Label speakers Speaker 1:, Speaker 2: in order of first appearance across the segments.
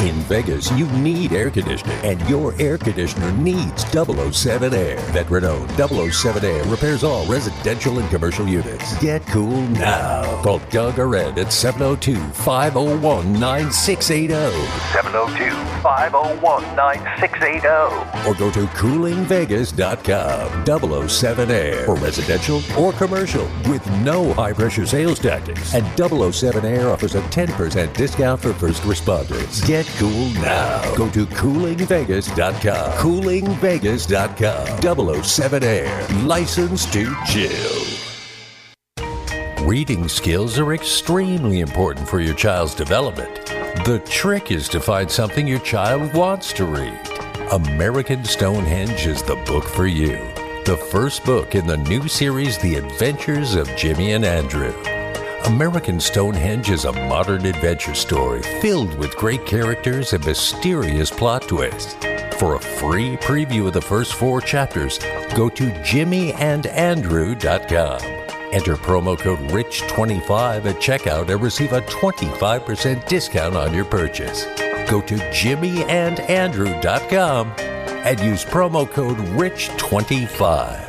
Speaker 1: In Vegas, you need air conditioning, and your air conditioner needs 007 Air. That Renault 007 Air repairs all residential and commercial units. Get cool now. Call Doug or Ed at 702 501 9680
Speaker 2: 702-501-9680.
Speaker 1: or go to coolingvegas.com. 007 Air for residential or commercial with no high pressure sales tactics. And 007 Air offers a 10% discount for first responders. Get cool now. Go to coolingvegas.com. Coolingvegas.com. 007 Air. License to chill. Reading skills are extremely important for your child's development. The trick is to find something your child wants to read. American Stonehenge is the book for you. The first book in the new series, The Adventures of Jimmy and Andrew. American Stonehenge is a modern adventure story filled with great characters and mysterious plot twists. For a free preview of the first four chapters, go to jimmyandandrew.com. Enter promo code RICH25 at checkout and receive a 25% discount on your purchase. Go to jimmyandandrew.com and use promo code RICH25.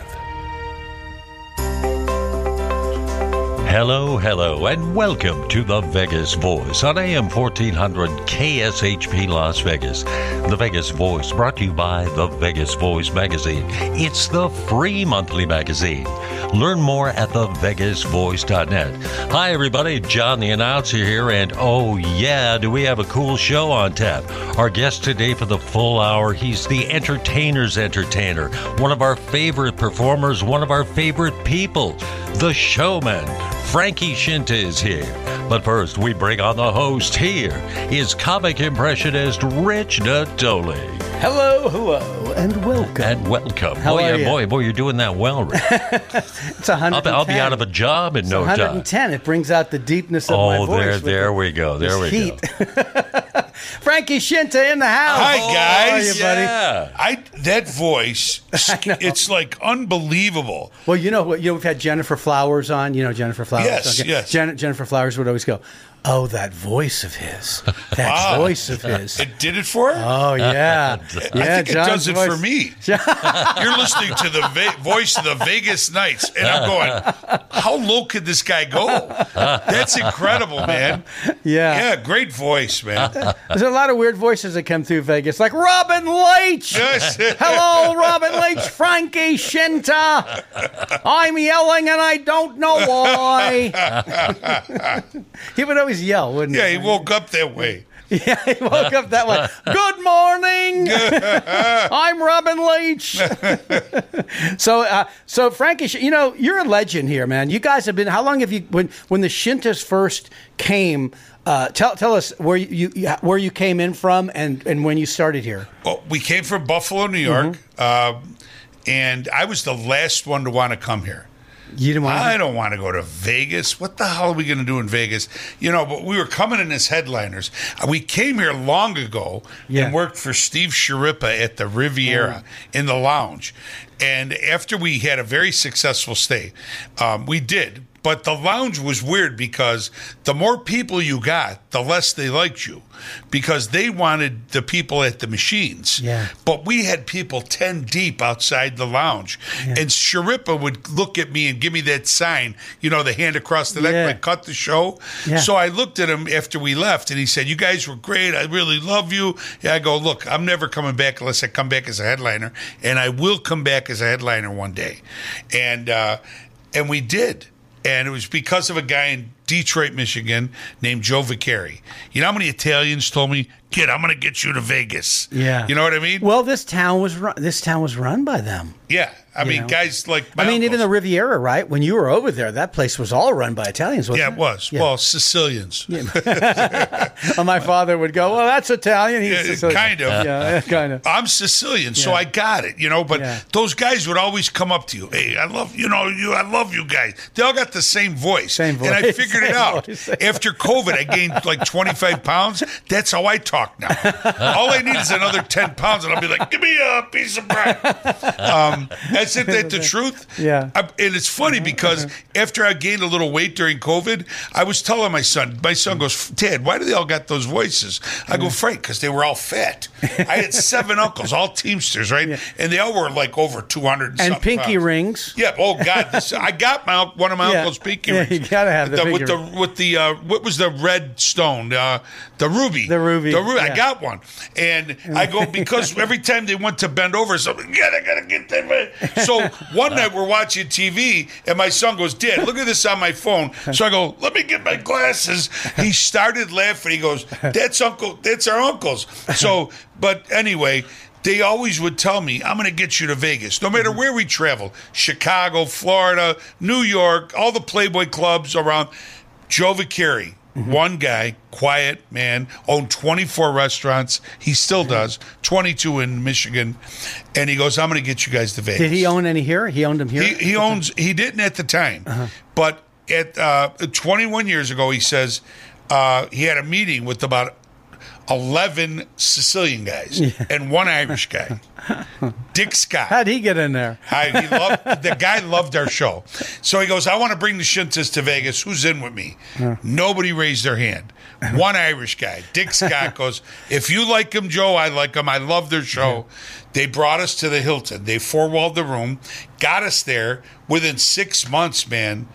Speaker 3: Hello, hello, and welcome to the Vegas Voice on AM 1400 KSHP Las Vegas. The Vegas Voice brought to you by the Vegas Voice magazine. It's the free monthly magazine. Learn more at thevegasvoice.net. Hi, everybody. John the announcer here, and oh, yeah, do we have a cool show on tap? Our guest today for the full hour, he's the entertainer's entertainer, one of our favorite performers, one of our favorite people, the showman. Frankie Shinta is here. But first, we bring on the host. Here is comic impressionist Rich Natoli.
Speaker 4: Hello, hello, and welcome.
Speaker 3: And welcome.
Speaker 4: How
Speaker 3: boy,
Speaker 4: are
Speaker 3: yeah,
Speaker 4: you?
Speaker 3: boy, boy, you're doing that well, Rich.
Speaker 4: It's 110.
Speaker 3: I'll, be- I'll be out of a job in
Speaker 4: It's
Speaker 3: no time.
Speaker 4: 110. It brings out the deepness of my
Speaker 3: Oh,
Speaker 4: voice.
Speaker 3: there,
Speaker 4: with
Speaker 3: there
Speaker 4: the-
Speaker 3: we go. There we
Speaker 4: this heat.
Speaker 3: go.
Speaker 4: Frankie Shinta in the house.
Speaker 5: Hi
Speaker 4: How are
Speaker 5: guys,
Speaker 4: you, buddy?
Speaker 3: Oh, Yeah.
Speaker 5: I that voice, it's like unbelievable.
Speaker 4: Well, you know what? You know, we've had Jennifer Flowers on. You know Jennifer Flowers.
Speaker 5: Yes, yes.
Speaker 4: Jen- Jennifer Flowers would always go, "Oh, that voice of his. That
Speaker 5: Wow.
Speaker 4: voice of his.
Speaker 5: It did it for her.
Speaker 4: Oh yeah,
Speaker 5: I
Speaker 4: yeah.
Speaker 5: think it
Speaker 4: John's
Speaker 5: does it for
Speaker 4: voice-
Speaker 5: me. You're listening to the va- voice of the Vegas Knights, and I'm going, how low could this guy go? That's incredible, man.
Speaker 4: Yeah.
Speaker 5: Yeah, great voice, man.
Speaker 4: There's a lot of weird voices that come through Vegas, like Robin Leach.
Speaker 5: Yes.
Speaker 4: Hello, Robin Leach, Frankie Shinta. I'm yelling and I don't know why. he would always yell, wouldn't
Speaker 5: Yeah,
Speaker 4: he?
Speaker 5: he woke up that way.
Speaker 4: Yeah, he woke up that way. Good morning. I'm Robin Leach. so, uh, so Frankie, Sh- you know you're a legend here, man. You guys have been. How long have you? When when the Shintas first came, uh, tell tell us where you, you where you came in from and and when you started here.
Speaker 5: Well, we came from Buffalo, New York,
Speaker 4: Mm-hmm.
Speaker 5: um, and I was the last one to want to come here.
Speaker 4: You didn't want.
Speaker 5: I don't want to go to Vegas. What the hell are we going to do in Vegas? You know, but we were coming in as headliners. We came here long ago
Speaker 4: Yeah.
Speaker 5: and worked for Steve Sharippa at the Riviera
Speaker 4: Mm.
Speaker 5: in the lounge. And after we had a very successful stay, um, we did. But the lounge was weird because the more people you got, the less they liked you because they wanted the people at the machines.
Speaker 4: Yeah.
Speaker 5: But we had people 10 deep outside the lounge. And Sharippa would look at me and give me that sign, you know, the hand across the neck,
Speaker 4: Yeah.
Speaker 5: like cut the show.
Speaker 4: Yeah.
Speaker 5: So I looked at him after we left and he said, You guys were great. I really love you. And I go, Look, I'm never coming back unless I come back as a headliner. And I will come back as a headliner one day. And, uh, and we did. And it was because of a guy in Detroit, Michigan, named Joe Vicari. You know how many Italians told me, "Kid, I'm going to get you to Vegas."
Speaker 4: Yeah.
Speaker 5: you know what I mean.
Speaker 4: Well, this town was run. This town was run by them.
Speaker 5: Yeah, I mean,
Speaker 4: know?
Speaker 5: guys like
Speaker 4: I mean, even the
Speaker 5: Malcolm's-
Speaker 4: Riviera, right? When you were over there, that place was all run by Italians, wasn't it?
Speaker 5: yeah, it was well Sicilians,
Speaker 4: And my father would go, "Well, that's Italian." He's
Speaker 5: Yeah,
Speaker 4: Sicilian."
Speaker 5: kind of.
Speaker 4: Yeah, kind of.
Speaker 5: I'm Sicilian, so
Speaker 4: Yeah.
Speaker 5: I got it, you know. But
Speaker 4: Yeah.
Speaker 5: those guys would always come up to you, "Hey, I love you know you, I love you guys." They all got the same voice,
Speaker 4: Same
Speaker 5: and I
Speaker 4: voice.
Speaker 5: figured figured it out. After COVID, I gained like 25 pounds. That's how I talk now. All I need is another 10 pounds, and I'll be like, give me a piece of bread. Um, that's it. That's the truth.
Speaker 4: Yeah. Mm-hmm,
Speaker 5: I- and it's funny because after I gained a little weight during COVID, I was telling my son, my son goes, Dad, why do they all got those voices? I go, Frank, because they were all fat. I had seven uncles, all Teamsters, right? And they all were like over 200 and,
Speaker 4: and
Speaker 5: something
Speaker 4: pinky
Speaker 5: pounds.
Speaker 4: rings.
Speaker 5: Yeah. Oh God, this, I got my one of my
Speaker 4: Yeah.
Speaker 5: uncle's pinky
Speaker 4: Yeah,
Speaker 5: rings.
Speaker 4: you gotta have the pinky
Speaker 5: with the with the uh, what was the red stone, uh, the ruby,
Speaker 4: The ruby,
Speaker 5: the ruby.
Speaker 4: yeah.
Speaker 5: I got one, and I go because every time they went to bend over, so yeah, I gotta get that. red." So one night we're watching TV, and my son goes, "Dad, look at this on my phone." So I go, "Let me get my glasses." He started laughing. He goes, "That's uncle. That's our uncles." So, but anyway they always would tell me, I'm going to get you to Vegas, no matter where we travel Chicago, Florida, New York, all the Playboy clubs around. Joe Vicari,
Speaker 4: Mm-hmm.
Speaker 5: one guy, quiet man, owned 24 restaurants. He still
Speaker 4: Mm-hmm.
Speaker 5: does, 22 in Michigan. And he goes, I'm going to get you guys to Vegas.
Speaker 4: Did he own any here? He owned them here.
Speaker 5: He, he owns. He didn't at the time,
Speaker 4: Uh-huh.
Speaker 5: but at uh, 21 years ago, he says uh, he had a meeting with about 11 Sicilian guys and one Irish guy, Dick Scott.
Speaker 4: How'd he get in there?
Speaker 5: I, he loved, the guy loved our show. So he goes, I want to bring the Shintas to Vegas. Who's in with me? Nobody raised their hand. One Irish guy, Dick Scott, goes, If you like him, Joe, I like him. I love their show. They brought us to the Hilton. They four walled the room, got us there. Within six months, man,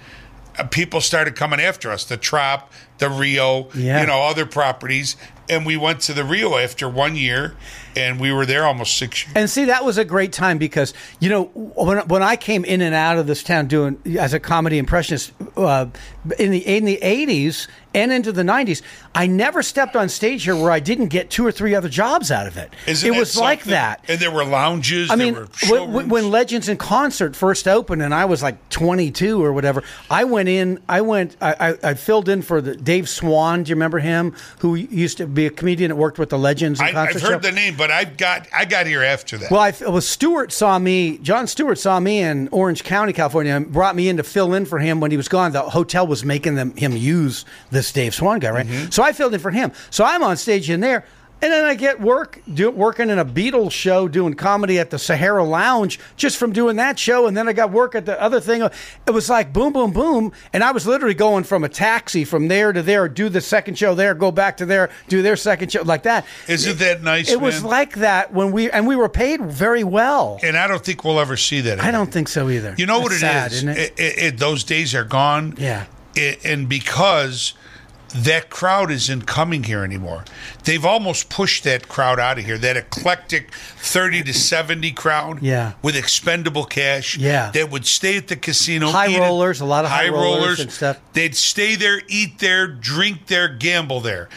Speaker 5: uh, people started coming after us the Trop, the Rio,
Speaker 4: Yeah.
Speaker 5: you know, other properties. And we went to the Rio after one year, and we were there almost six years.
Speaker 4: And see, that was a great time because you know when when I came in and out of this town doing as a comedy impressionist uh, in the in the eighties and into the nineties, I never stepped on stage here where I didn't get two or three other jobs out of it.
Speaker 5: Isn't
Speaker 4: it was like
Speaker 5: something?
Speaker 4: that.
Speaker 5: And there were lounges.
Speaker 4: I
Speaker 5: there
Speaker 4: mean,
Speaker 5: were
Speaker 4: when- when,
Speaker 5: showrooms.
Speaker 4: when Legends in Concert first opened, and I was like 22 or whatever, I went in. I went. I, I, I filled in for the Dave Swan. Do you remember him? Who used to be a comedian that worked with the Legends in
Speaker 5: I,
Speaker 4: Concert.
Speaker 5: I've
Speaker 4: show?
Speaker 5: heard the name, but I got I got here after that.
Speaker 4: Well, I, well, Stewart saw me. John Stewart saw me in Orange County, California, and brought me in to fill in for him when he was gone. The hotel was making them him use this Dave Swan guy, right?
Speaker 5: Mm-hmm.
Speaker 4: So I filled in for him. So I'm on stage in there, and then I get work do, working in a Beatles show, doing comedy at the Sahara Lounge, just from doing that show, and then I got work at the other thing. It was like boom, boom, boom, and I was literally going from a taxi from there to there, do the second show there, go back to there, do their second show like that.
Speaker 5: Isn't that nice?
Speaker 4: It was
Speaker 5: man?
Speaker 4: like that when we and we were paid very well.
Speaker 5: and I don't think we'll ever see that.
Speaker 4: I
Speaker 5: again.
Speaker 4: don't think so either.
Speaker 5: You know what
Speaker 4: It's
Speaker 5: it
Speaker 4: sad,
Speaker 5: is?
Speaker 4: isn't it?
Speaker 5: It- it- it- those days are gone.
Speaker 4: Yeah.
Speaker 5: I- and because that crowd isn't coming here anymore, they've almost pushed that crowd out of here. That eclectic thirty to seventy crowd.
Speaker 4: Yeah.
Speaker 5: With expendable cash.
Speaker 4: Yeah.
Speaker 5: That would stay at the casino.
Speaker 4: High
Speaker 5: eat at-
Speaker 4: rollers, a lot of high rollers and stuff.
Speaker 5: They'd stay there, eat there, drink there, gamble there.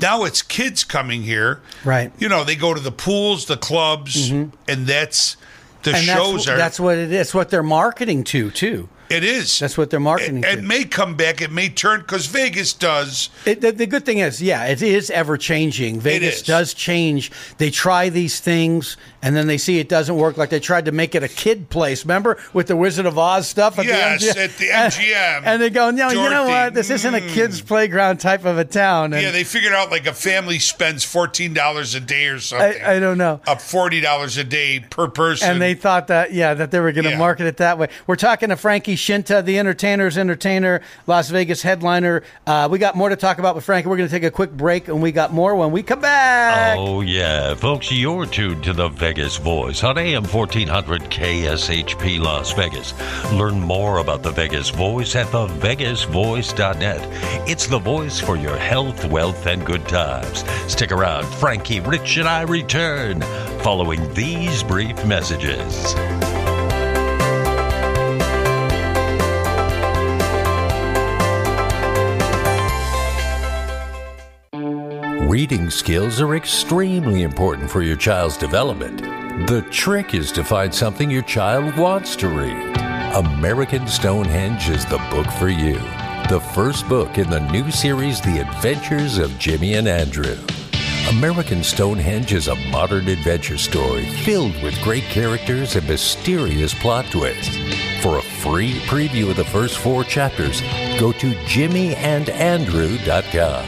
Speaker 5: Now it's kids coming here.
Speaker 4: Right. Mm-hmm.
Speaker 5: You know, they go to the pools, the clubs, and that's the
Speaker 4: and that's,
Speaker 5: shows are
Speaker 4: that's what it is. What they're marketing to too.
Speaker 5: it is.
Speaker 4: That's what they're marketing
Speaker 5: It, it
Speaker 4: to.
Speaker 5: may come back. It may turn because Vegas does.
Speaker 4: It, the, the good thing is, yeah, it is ever changing. Vegas
Speaker 5: is.
Speaker 4: does change. They try these things, and then they see it doesn't work. Like they tried to make it a kid place. Remember with the Wizard of Oz stuff? At
Speaker 5: Yes,
Speaker 4: the MGM?
Speaker 5: at the MGM.
Speaker 4: And they go, no, you know
Speaker 5: Dorothy,
Speaker 4: what? This isn't a
Speaker 5: mm."
Speaker 4: kids' playground type of a town. And
Speaker 5: Yeah, they figured out like a family spends fourteen dollars a day or something.
Speaker 4: I don't know.
Speaker 5: Up forty dollars a day per person.
Speaker 4: And they thought that, yeah, that they were going to
Speaker 5: Yeah.
Speaker 4: market it that way. We're talking to Frankie Shinta, the entertainer's entertainer, Las Vegas headliner. Uh, we got more to talk about with Frankie. We're going to take a quick break, and we got more when we come back.
Speaker 3: Oh, yeah. Folks, you're tuned to the Vegas Voice on AM 1400 KSHP Las Vegas. Learn more about the Vegas Voice at thevegasvoice.net. It's the voice for your health, wealth, and good times. Stick around. Frankie, Rich, and I return following these brief messages.
Speaker 1: Reading skills are extremely important for your child's development. The trick is to find something your child wants to read. American Stonehenge is the book for you. The first book in the new series, The Adventures of Jimmy and Andrew. American Stonehenge is a modern adventure story filled with great characters and mysterious plot twists. For a free preview of the first four chapters, go to jimmyandandrew.com.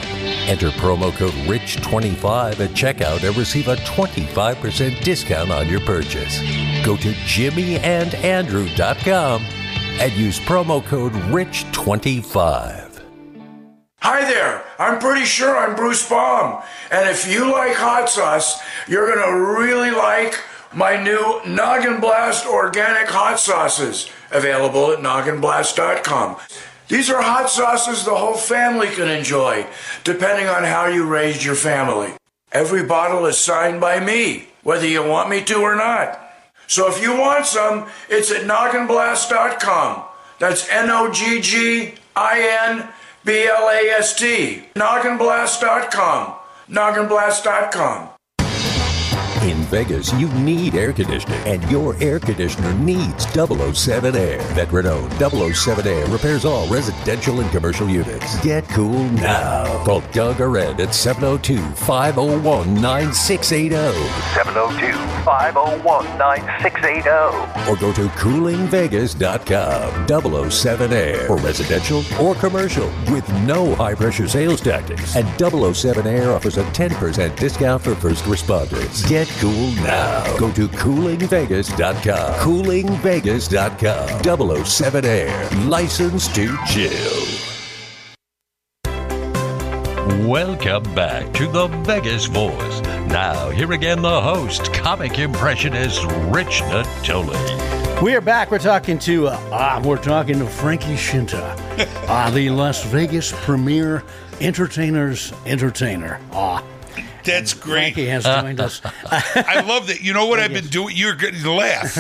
Speaker 1: Enter promo code RICH25 at checkout and receive a 25% discount on your purchase. Go to jimmyandandrew.com and use promo code RICH25.
Speaker 2: Hi there, I'm pretty sure I'm Bruce Baum, and if you like hot sauce, you're gonna really like my new Noggin Blast organic hot sauces, available at nogginblast.com. These are hot sauces the whole family can enjoy, depending on how you raised your family. Every bottle is signed by me, whether you want me to or not. So if you want some, it's at nogginblast.com. That's N O G G I N B L A S T. Nogginblast.com. Nogginblast.com.
Speaker 1: In Vegas, you need air conditioning, and your air conditioner needs 007 Air. Veteran owned 007 Air repairs all residential and commercial units. Get cool now. Call Doug Arend at 702 501 9680
Speaker 6: 702 501 9680.
Speaker 1: or go to coolingvegas.com 007 Air for residential or commercial with no high pressure sales tactics. And 007 Air offers a 10% discount for first responders. Get cool now. Go to coolingvegas.com. Coolingvegas.com 007 Air. Licensed to chill.
Speaker 3: Welcome back to the Vegas Voice. Now, here again, the host, comic impressionist Rich Natoli.
Speaker 4: We are back. We're talking to uh, ah, we're talking to Frankie Shinta, uh, the Las Vegas premier entertainer's entertainer. Ah,
Speaker 5: That's great.
Speaker 4: Frankie has joined us.
Speaker 5: I love that. You know what I've been doing? You're going to laugh.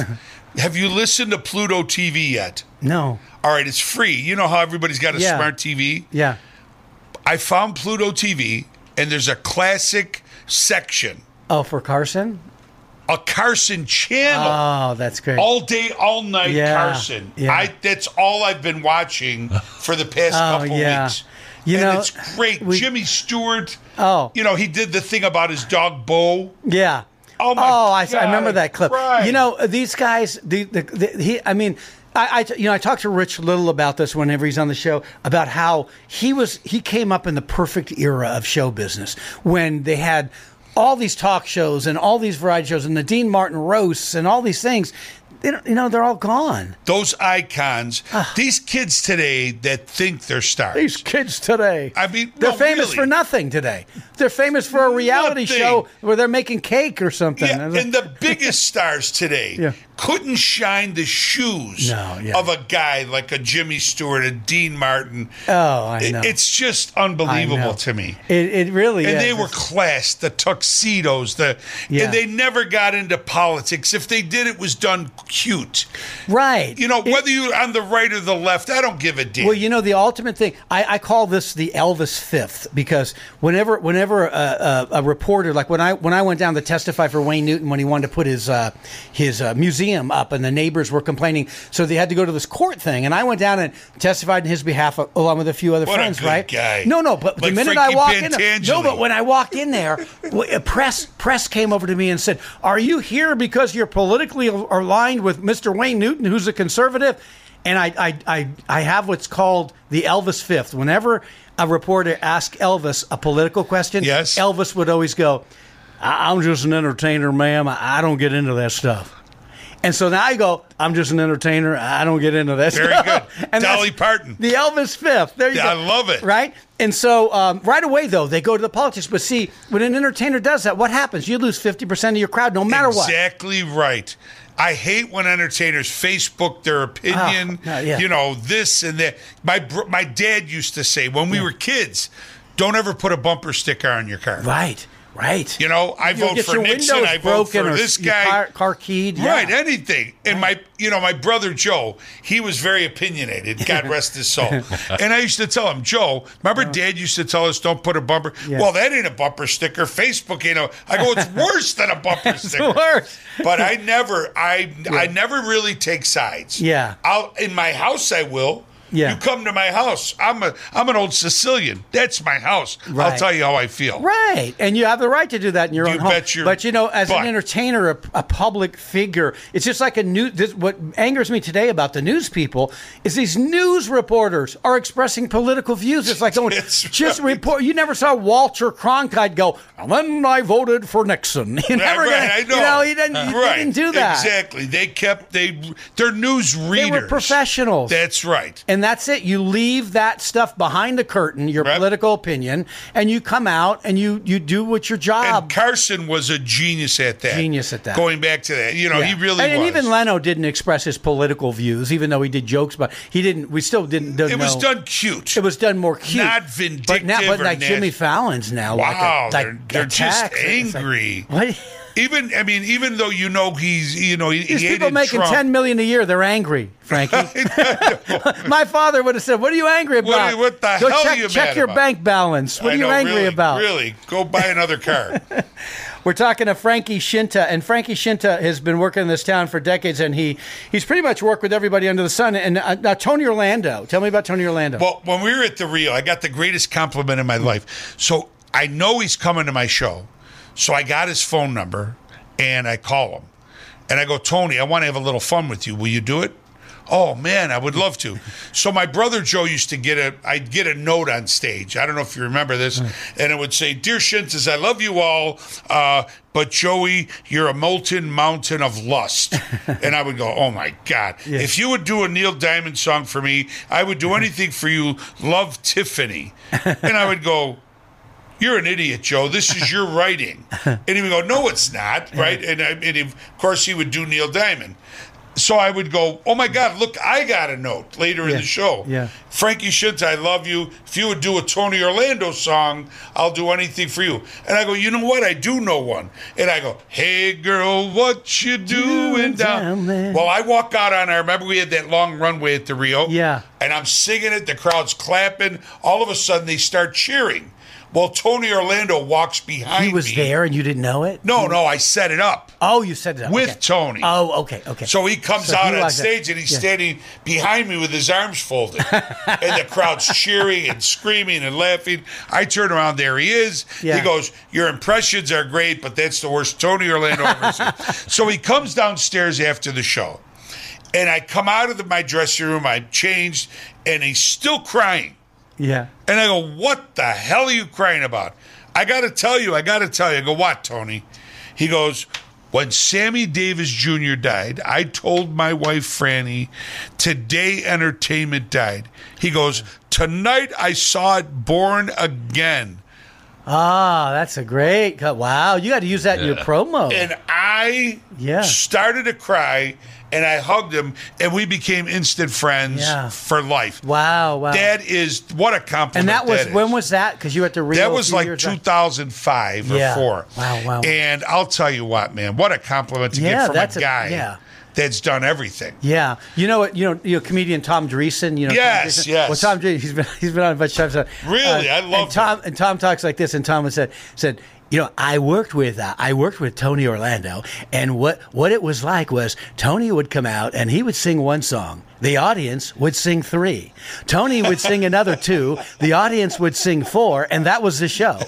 Speaker 5: Have you listened to Pluto TV yet?
Speaker 4: No,
Speaker 5: All right, it's free. You know how everybody's got a
Speaker 4: Yeah.
Speaker 5: smart TV?
Speaker 4: yeah,
Speaker 5: I found Pluto TV, and there's a classic section,
Speaker 4: oh for Carson.
Speaker 5: a Carson channel.
Speaker 4: Oh, that's great.
Speaker 5: all day, all night,
Speaker 4: Yeah,
Speaker 5: Carson.
Speaker 4: yeah.
Speaker 5: I that's all I've been watching for the past
Speaker 4: Oh,
Speaker 5: couple
Speaker 4: yeah.
Speaker 5: weeks.
Speaker 4: You
Speaker 5: and
Speaker 4: know,
Speaker 5: it's great.
Speaker 4: we-
Speaker 5: Jimmy Stewart.
Speaker 4: Oh.
Speaker 5: you know, he did the thing about his dog Bo.
Speaker 4: Yeah.
Speaker 5: Oh, my
Speaker 4: oh I, I remember
Speaker 5: God,
Speaker 4: that clip.
Speaker 5: Christ.
Speaker 4: You know, these guys, the, the, the he, I mean, I, I, you know, I talked to Rich Little about this whenever he's on the show about how he was, he came up in the perfect era of show business when they had all these talk shows and all these variety shows and the Dean Martin roasts and all these things. They don't, you know, they're all gone.
Speaker 5: Those icons.
Speaker 4: Ah.
Speaker 5: These kids today that think they're stars.
Speaker 4: These kids today.
Speaker 5: I mean,
Speaker 4: they're
Speaker 5: no,
Speaker 4: famous
Speaker 5: really.
Speaker 4: for nothing today. They're famous for a reality
Speaker 5: Nothing.
Speaker 4: show where they're making cake or something.
Speaker 5: Yeah, and the biggest stars today
Speaker 4: Yeah.
Speaker 5: couldn't shine the shoes
Speaker 4: No, yeah.
Speaker 5: of a guy like a Jimmy Stewart, a Dean Martin.
Speaker 4: oh, I know.
Speaker 5: It's just
Speaker 4: I know.
Speaker 5: unbelievable to me.
Speaker 4: It, it really
Speaker 5: and
Speaker 4: is.
Speaker 5: they were
Speaker 4: It's-
Speaker 5: classed the tuxedos the
Speaker 4: Yeah.
Speaker 5: and they never got into politics if they did it was done cute
Speaker 4: right.
Speaker 5: you know
Speaker 4: It-
Speaker 5: whether you're on the right or the left i don't give a damn
Speaker 4: well, you know the ultimate thing. I, I call this the Elvis Fifth because whenever whenever a, a, a reporter like when I when I went down to testify for Wayne Newton when he wanted to put his uh, his uh, museum up and the neighbors were complaining, so they had to go to this court thing, and I went down and testified in his behalf uh, along with a few other
Speaker 5: What a
Speaker 4: friends.
Speaker 5: good
Speaker 4: right?
Speaker 5: guy.
Speaker 4: No, no. But
Speaker 5: Like
Speaker 4: the minute
Speaker 5: Frankie
Speaker 4: I walked in,
Speaker 5: Pentangeli.
Speaker 4: no, but when I walked in there, w- press press came over to me and said, "Are you here because you're politically al- aligned with Mr. Wayne Newton, who's a conservative?" And I I I, I have what's called the Elvis Fifth. Whenever a reporter asked Elvis a political question,
Speaker 5: Yes.
Speaker 4: Elvis would always go, I- "I'm just an entertainer, ma'am. I I don't get into that stuff." And so now I go, I'm just an entertainer. I don't get into that
Speaker 5: Very
Speaker 4: stuff.
Speaker 5: good.
Speaker 4: And that's
Speaker 5: Dolly Parton.
Speaker 4: The Elvis Fifth. There you
Speaker 5: Yeah,
Speaker 4: go.
Speaker 5: I love it.
Speaker 4: Right? right? And so um, right away, though, they go to the politics. But see, when an entertainer does that, what happens? You lose 50% of your crowd no matter what.
Speaker 5: exactly right I hate when entertainers Facebook their opinion,
Speaker 4: Ah, no, yeah.
Speaker 5: you know, this and that. My br- my dad used to say when we were kids, don't ever put a bumper sticker on your car.
Speaker 4: Right, right.
Speaker 5: You know, I
Speaker 4: You'll
Speaker 5: vote
Speaker 4: get
Speaker 5: for
Speaker 4: your
Speaker 5: Nixon,
Speaker 4: windows
Speaker 5: I vote
Speaker 4: broken
Speaker 5: for
Speaker 4: or
Speaker 5: this
Speaker 4: your
Speaker 5: guy.
Speaker 4: Car, car keyed. Yeah.
Speaker 5: Right, anything. And my, you know, my brother Joe, he was very opinionated. God rest his soul. and I used to tell him, Joe, remember Dad used to tell us, don't put a bumper.
Speaker 4: Yeah.
Speaker 5: Well, that ain't a bumper sticker. Facebook ain't a. I go, it's worse than a bumper sticker.
Speaker 4: worse.
Speaker 5: But I never, I, I never really take sides.
Speaker 4: Yeah.
Speaker 5: I'll in my house, I will.
Speaker 4: Yeah.
Speaker 5: You come to my house. I'm a I'm an old Sicilian. That's my house.
Speaker 4: Right.
Speaker 5: I'll tell you how I feel.
Speaker 4: Right, and you have the right to do that in your
Speaker 5: You
Speaker 4: own home.
Speaker 5: bet your
Speaker 4: but you know, as
Speaker 5: butt.
Speaker 4: an entertainer, a, a public figure, it's just like a new. This, what angers me today about the news people is these news reporters are expressing political views. It's like, someone
Speaker 5: That's
Speaker 4: just
Speaker 5: right.
Speaker 4: report. You never saw Walter Cronkite go, and then I voted for Nixon. You
Speaker 5: Yeah,
Speaker 4: never
Speaker 5: right,
Speaker 4: gonna, You know, he didn't. he
Speaker 5: Right.
Speaker 4: didn't do that.
Speaker 5: Exactly. They kept they they're news readers.
Speaker 4: professionals.
Speaker 5: That's right.
Speaker 4: And that's it. You leave that stuff behind the curtain, your
Speaker 5: Right.
Speaker 4: political opinion, and you come out and you you do what your job.
Speaker 5: And Carson was a genius at that.
Speaker 4: Genius at that.
Speaker 5: Going back to that, you know, he
Speaker 4: Yeah.
Speaker 5: really
Speaker 4: and, and
Speaker 5: was.
Speaker 4: even Leno didn't express his political views, even though he did jokes. But he didn't. We still didn't.
Speaker 5: it
Speaker 4: don't
Speaker 5: was
Speaker 4: know-
Speaker 5: done cute.
Speaker 4: It was done more cute,
Speaker 5: Not
Speaker 4: But now,
Speaker 5: vindictive
Speaker 4: but
Speaker 5: or
Speaker 4: like Jimmy
Speaker 5: nasty.
Speaker 4: Fallon's now. like,
Speaker 5: Wow,
Speaker 4: like,
Speaker 5: they're- they're just
Speaker 4: attacks. It's like,
Speaker 5: angry.
Speaker 4: what?
Speaker 5: even I mean, even though you know he's you know he, he
Speaker 4: These people
Speaker 5: hated
Speaker 4: making
Speaker 5: Trump.
Speaker 4: ten million a year, they're angry, Frankie. My father would have said, "What are you angry
Speaker 5: What are
Speaker 4: about?
Speaker 5: you- what the
Speaker 4: Go
Speaker 5: hell are
Speaker 4: check,
Speaker 5: you
Speaker 4: check
Speaker 5: mad
Speaker 4: your
Speaker 5: about?"
Speaker 4: bank balance. What
Speaker 5: I
Speaker 4: are you
Speaker 5: know,
Speaker 4: angry
Speaker 5: really,
Speaker 4: about?
Speaker 5: Really, go buy another car.
Speaker 4: We're talking to Frankie Shinta, and Frankie Shinta has been working in this town for decades, and he he's pretty much worked with everybody under the sun. And uh, now Tony Orlando, tell me about Tony Orlando.
Speaker 5: Well, when we were at the Rio, I got the greatest compliment in my life. So I know he's coming to my show. So I got his phone number and I call him. And I go, Tony, I want to have a little fun with you. Will you do it? Oh man, I would love to. So my brother Joe used to get a I'd get a note on stage. I don't know if you remember this, and it would say, "Dear Shintas, I love you all, uh, but Joey, you're a molten mountain of lust." and I would go, "Oh my god! If you would do a Neil Diamond song for me, I would do anything for you. Love Tiffany." and I would go, you're an idiot, Joe. This is your writing. And he would go, no, it's not, right? And, I, and of course, he would do Neil Diamond. So I would go, oh my God, look, I got a note later in
Speaker 4: Yeah.
Speaker 5: the show.
Speaker 4: Yeah.
Speaker 5: Frankie Shinta, I love you. If you would do a Tony Orlando song, I'll do anything for you. And I go, you know what? I do know one. And I go, hey girl, what you doing
Speaker 4: down
Speaker 5: down
Speaker 4: there?
Speaker 5: there? Well, Oh, I walk out on her. Remember, we had that long runway at the Rio?
Speaker 4: Yeah.
Speaker 5: and I'm singing it. The crowd's clapping. All of a sudden, they start cheering. Well, Tony Orlando walks behind.
Speaker 4: he was
Speaker 5: me.
Speaker 4: there, and you didn't know it.
Speaker 5: No, no, I set it up
Speaker 4: Oh, you said that
Speaker 5: with
Speaker 4: okay.
Speaker 5: Tony.
Speaker 4: Oh, okay, okay.
Speaker 5: So he comes
Speaker 4: So
Speaker 5: out
Speaker 4: he
Speaker 5: on
Speaker 4: walks out.
Speaker 5: stage and he's
Speaker 4: Yeah.
Speaker 5: standing behind me with his arms folded. and the crowd's cheering and screaming and laughing. I turn around, there he is.
Speaker 4: Yeah.
Speaker 5: He goes, Your impressions are great, but that's the worst Tony Orlando I've ever seen. so he comes downstairs after the show. And I come out of the- my dressing room, I'm changed, and he's still crying.
Speaker 4: yeah,
Speaker 5: And I go, What the hell are you crying about? I got to tell you, I got to tell you. I go, What, Tony? He goes, When Sammy Davis Jr. died, I told my wife, Franny, today entertainment died. He goes, Tonight I saw it born again.
Speaker 4: ah, that's a great cut. Wow, you got to use that in your promo.
Speaker 5: And I
Speaker 4: Yeah.
Speaker 5: started to cry and I hugged him and we became instant friends
Speaker 4: Yeah.
Speaker 5: for life.
Speaker 4: wow, wow.
Speaker 5: That is what a compliment.
Speaker 4: and that was
Speaker 5: is.
Speaker 4: when was that? Because you had to read.
Speaker 5: That was like 2005
Speaker 4: Yeah.
Speaker 5: or four.
Speaker 4: Wow, wow.
Speaker 5: And I'll tell you what, man, what a compliment to
Speaker 4: Yeah,
Speaker 5: get from
Speaker 4: that's a-
Speaker 5: a guy
Speaker 4: yeah.
Speaker 5: that's done everything.
Speaker 4: Yeah, you know what? You know, you know, comedian Tom Dreesen. You know, Tom
Speaker 5: Yes,
Speaker 4: Dreesen?
Speaker 5: yes.
Speaker 4: Well, Tom Dreesen, he's been he's been on a bunch of times. Uh,
Speaker 5: Really? I love
Speaker 4: and Tom. And Tom talks like this, and Tom has said said. You know, I worked with uh, I worked with Tony Orlando, and what what it was like was Tony would come out and he would sing one song, the audience would sing three, Tony would sing another two, the audience would sing four, and that was the show.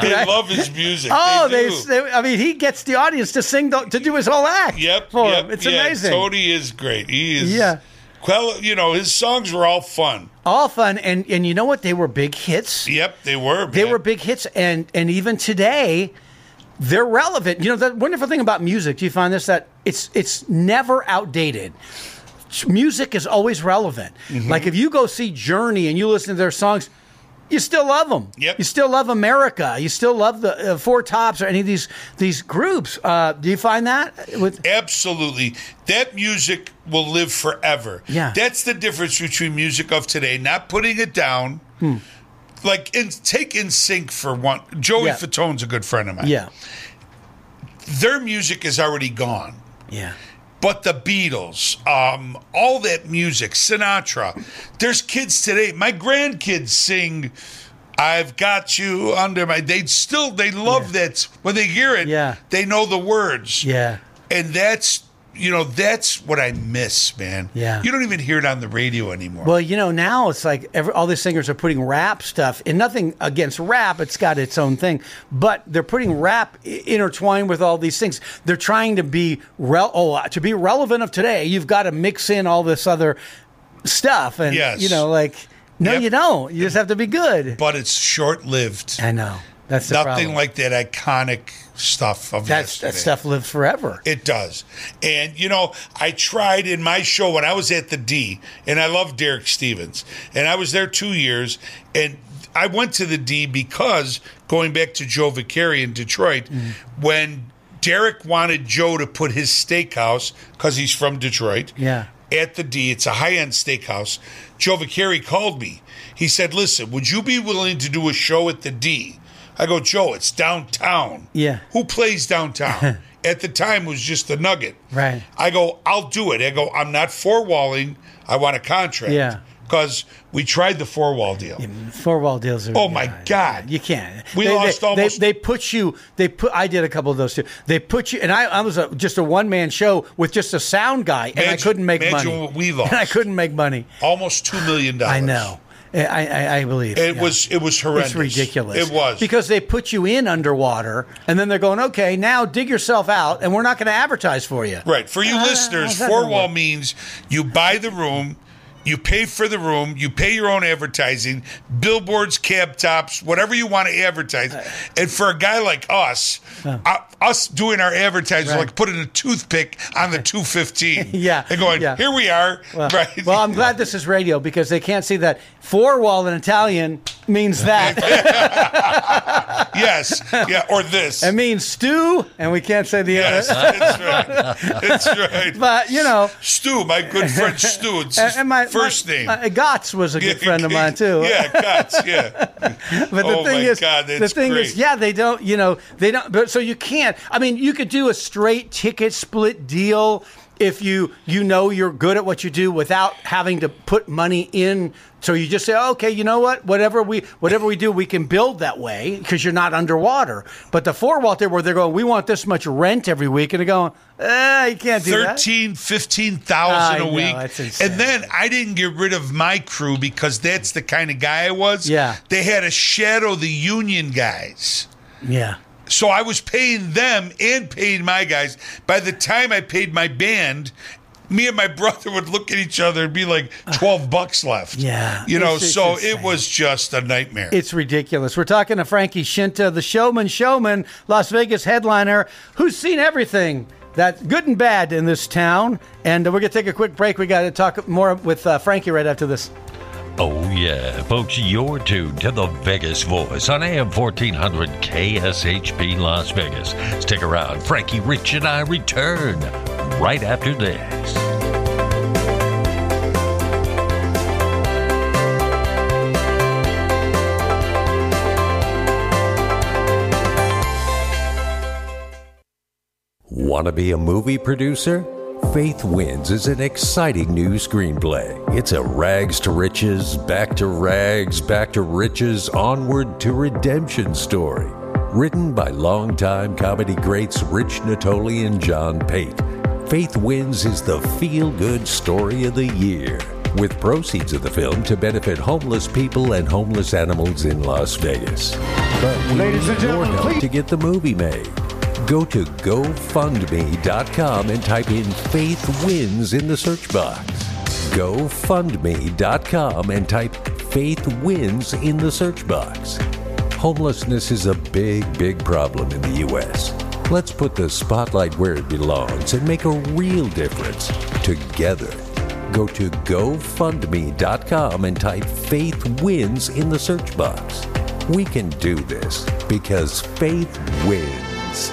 Speaker 5: They love his music.
Speaker 4: Oh,
Speaker 5: they,
Speaker 4: they,
Speaker 5: do.
Speaker 4: they I mean, he gets the audience to sing the, to do his whole act.
Speaker 5: Yep.
Speaker 4: for
Speaker 5: yep,
Speaker 4: him. It's
Speaker 5: yeah,
Speaker 4: amazing.
Speaker 5: Tony is great. He is.
Speaker 4: Yeah.
Speaker 5: Well, you know, his songs were all fun.
Speaker 4: all fun and and you know what they were big hits
Speaker 5: Yep, they were.
Speaker 4: they
Speaker 5: man.
Speaker 4: were big hits and and even today they're relevant you know the wonderful thing about music do you find this that it's it's never outdated music is always relevant
Speaker 5: Mm-hmm.
Speaker 4: like if you go see journey and you listen to their songs you still love them.
Speaker 5: Yep.
Speaker 4: You still love America. You still love the uh, Four Tops or any of these these groups. Uh, do you find that with
Speaker 5: Absolutely. That music will live forever.
Speaker 4: Yeah.
Speaker 5: That's the difference between music of today, not putting it down.
Speaker 4: Hmm.
Speaker 5: Like in, take in sync for one. Joey
Speaker 4: Yeah.
Speaker 5: Fatone's a good friend of mine.
Speaker 4: yeah,
Speaker 5: Their music is already gone.
Speaker 4: yeah,
Speaker 5: But the Beatles, um, all that music, Sinatra. There's kids today. My grandkids sing I've got you under my they still they love that when they hear it,
Speaker 4: Yeah.
Speaker 5: they know the words
Speaker 4: yeah?
Speaker 5: and that's you know, that's what I miss, man.
Speaker 4: Yeah.
Speaker 5: You don't even hear it on the radio anymore.
Speaker 4: Well, you know, now it's like every, all the singers are putting rap stuff, and nothing against rap. It's got its own thing, but they're putting rap i- intertwined with all these things. They're trying to be rel- oh, to be relevant of today. You've got to mix in all this other stuff, and
Speaker 5: Yes.
Speaker 4: you know, like no,
Speaker 5: Yep.
Speaker 4: you don't. You just have to be good.
Speaker 5: but it's short lived.
Speaker 4: I know that's the
Speaker 5: Nothing
Speaker 4: problem.
Speaker 5: like that iconic stuff of
Speaker 4: that's that
Speaker 5: yesterday.
Speaker 4: stuff lives forever.
Speaker 5: It does. And, you know, I tried in my show when I was at the D, and I love Derek Stevens, and I was there two years, and I went to the D because going back to Joe Vicari in Detroit, when Derek wanted Joe to put his steakhouse, because he's from Detroit,
Speaker 4: Yeah.
Speaker 5: at the D. It's a high end steakhouse. Joe Vicari called me. He said, Listen, would you be willing to do a show at the D? I go, Joe, it's downtown.
Speaker 4: Yeah.
Speaker 5: Who plays downtown? at the time it was just the Nugget.
Speaker 4: Right.
Speaker 5: I go, I'll do it. I go, I'm not four walling. I want a contract.
Speaker 4: Yeah.
Speaker 5: Because we tried the four wall deal.
Speaker 4: Four wall deals are.
Speaker 5: Oh, my God.
Speaker 4: you can't.
Speaker 5: We lost
Speaker 4: they,
Speaker 5: almost-
Speaker 4: They, put you. They put. I did a couple of those too. They put you, and I, I was a, just a one man show with just a sound guy, and I
Speaker 5: Imagine-
Speaker 4: couldn't make
Speaker 5: imagine
Speaker 4: money.
Speaker 5: what we lost.
Speaker 4: And I couldn't make money.
Speaker 5: Almost $2 million.
Speaker 4: I know. I, I, I believe
Speaker 5: It
Speaker 4: yeah.
Speaker 5: was it was horrendous.
Speaker 4: It's ridiculous.
Speaker 5: It was
Speaker 4: because they put you in underwater, and then they're going, okay, now dig yourself out, and we're not going to advertise for you.
Speaker 5: Right. For you
Speaker 4: Uh, how's
Speaker 5: listeners,
Speaker 4: that
Speaker 5: four
Speaker 4: gonna
Speaker 5: wall
Speaker 4: work?
Speaker 5: means you buy the room, you pay for the room, you pay your own advertising, billboards, cab tops, whatever you want to advertise. and for a guy like us, uh, us doing our advertising,
Speaker 4: Right.
Speaker 5: like putting a toothpick on the 215.
Speaker 4: Yeah,
Speaker 5: And going,
Speaker 4: yeah.
Speaker 5: here we are. right.
Speaker 4: Well, I'm glad this is radio because they can't see that four wall in Italian means that.
Speaker 5: yes. Yeah. Or this.
Speaker 4: It means stew, and we can't say the
Speaker 5: yes.
Speaker 4: other.
Speaker 5: That's right. That's right.
Speaker 4: But you know,
Speaker 5: Stu, my good friend Stu. It's
Speaker 4: and,
Speaker 5: his
Speaker 4: and my
Speaker 5: first
Speaker 4: my-
Speaker 5: name.
Speaker 4: uh, Gotts was a good friend of mine too.
Speaker 5: Yeah, Gotts, yeah.
Speaker 4: but the
Speaker 5: Oh
Speaker 4: thing
Speaker 5: my
Speaker 4: is,
Speaker 5: God,
Speaker 4: the
Speaker 5: that's
Speaker 4: thing
Speaker 5: great.
Speaker 4: is, yeah, they don't. You know, they don't. But so you can't. I mean, you could do a straight ticket split deal if you you know you're good at what you do without having to put money in. So you just say, okay, you know what? Whatever we whatever we do, we can build that way because you're not underwater. But the four wall there, where they're going, we want this much rent every week, and they're going, eh, you can't do that.
Speaker 5: 13 15,000
Speaker 4: I
Speaker 5: a
Speaker 4: know,
Speaker 5: week.
Speaker 4: that's insane.
Speaker 5: and then I didn't get rid of my crew because that's the kind of guy I was.
Speaker 4: Yeah.
Speaker 5: They had to shadow the union guys.
Speaker 4: Yeah.
Speaker 5: So I was paying them and paying my guys. By the time I paid my band, me and my brother would look at each other and be like 12 bucks left.
Speaker 4: Yeah.
Speaker 5: You know,
Speaker 4: It's- it's
Speaker 5: so
Speaker 4: insane.
Speaker 5: it was just a nightmare.
Speaker 4: It's ridiculous. We're talking to Frankie Shinta, the showman, showman, Las Vegas headliner, who's seen everything that's good and bad in this town. And uh, we're going to take a quick break. We got to talk more with uh, Frankie right after this.
Speaker 3: Oh, yeah. Folks, you're tuned to the Vegas Voice on AM 1400 KSHP Las Vegas. Stick around. Frankie Rich and I return right after this.
Speaker 1: Want to be a movie producer? Faith Wins is an exciting new screenplay. It's a rags to riches, back to rags, back to riches, onward to redemption story. Written by longtime comedy greats Rich Natoli and John Pate, Faith Wins is the feel good story of the year, with proceeds of the film to benefit homeless people and homeless animals in Las Vegas. But we
Speaker 7: Ladies and
Speaker 1: need your
Speaker 7: gentlemen,
Speaker 1: help
Speaker 7: please-
Speaker 1: to get the movie made. Go to GoFundMe.com and type in Faith Wins in the search box. GoFundMe.com and type Faith Wins in the search box. Homelessness is a big, big problem in the U.S. Let's put the spotlight where it belongs and make a real difference together. Go to GoFundMe.com and type Faith Wins in the search box. We can do this because faith wins.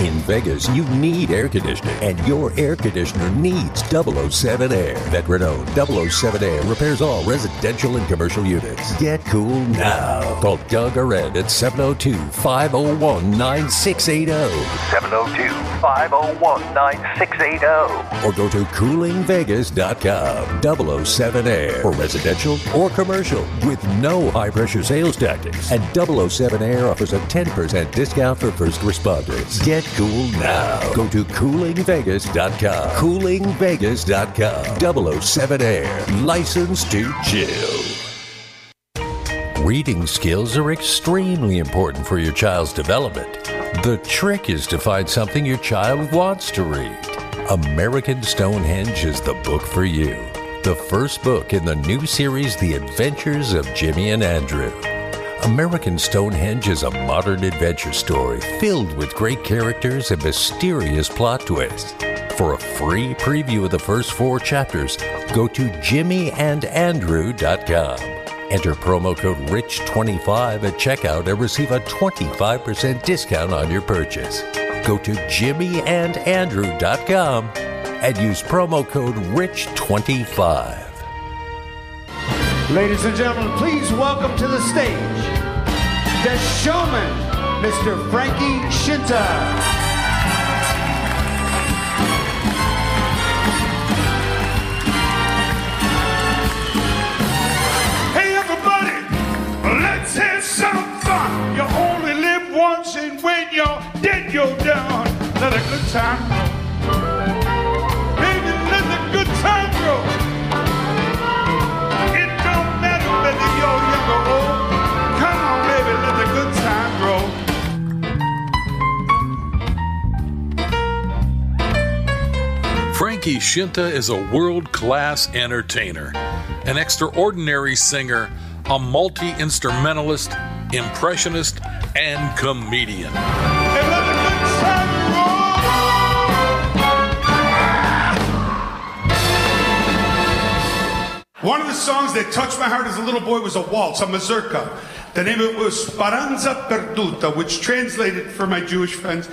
Speaker 1: In Vegas, you need air conditioning, and your air conditioner needs 007 Air. Veteran owned 007 Air repairs all residential and commercial units. Get cool now. Call Doug or Ed at 702 501 9680.
Speaker 6: 702 501 9680.
Speaker 1: or go to coolingvegas.com 007 air for residential or commercial with no high pressure sales tactics and 007 air offers a 10% discount for first responders get cool now go to coolingvegas.com coolingvegas.com 007 air licensed to chill Reading skills are extremely important for your child's development. The trick is to find something your child wants to read. American Stonehenge is the book for you. The first book in the new series, The Adventures of Jimmy and Andrew. American Stonehenge is a modern adventure story filled with great characters and mysterious plot twists. For a free preview of the first four chapters, go to jimmyandandrew.com. Enter promo code RICH25 at checkout and receive a 25% discount on your purchase. Go to jimmyandandrew.com and use promo code RICH25.
Speaker 7: Ladies and gentlemen, please welcome to the stage the showman, Mr. Frankie Shinta.
Speaker 5: Hey everybody, let's have some fun. You only live once, and when you're dead, you're done. Let a good time grow. Baby, let a good time grow. It don't matter whether you're young or old. Come on, baby, let the good time grow.
Speaker 8: Frankie Shinta is a world class entertainer, an extraordinary singer, a multi instrumentalist, impressionist, and comedian.
Speaker 5: And let the good time roll. One of the songs that touched my heart as a little boy was a waltz, a mazurka. The name of it was Speranza Perduta, which translated for my Jewish friends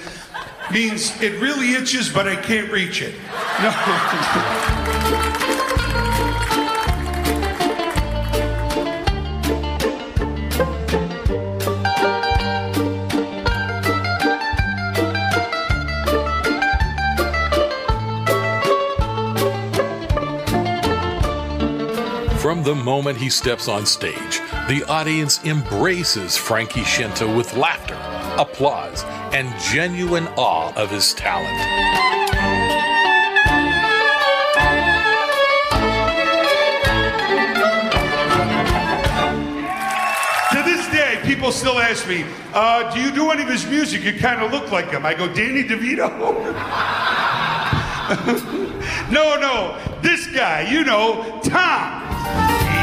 Speaker 5: means it really itches, but I can't reach it. No.
Speaker 8: From the moment he steps on stage, the audience embraces Frankie Shinta with laughter, applause, and genuine awe of his talent.
Speaker 5: To this day, people still ask me, uh, do you do any of his music? You kind of look like him. I go, Danny DeVito? no, no, this guy, you know, Tom.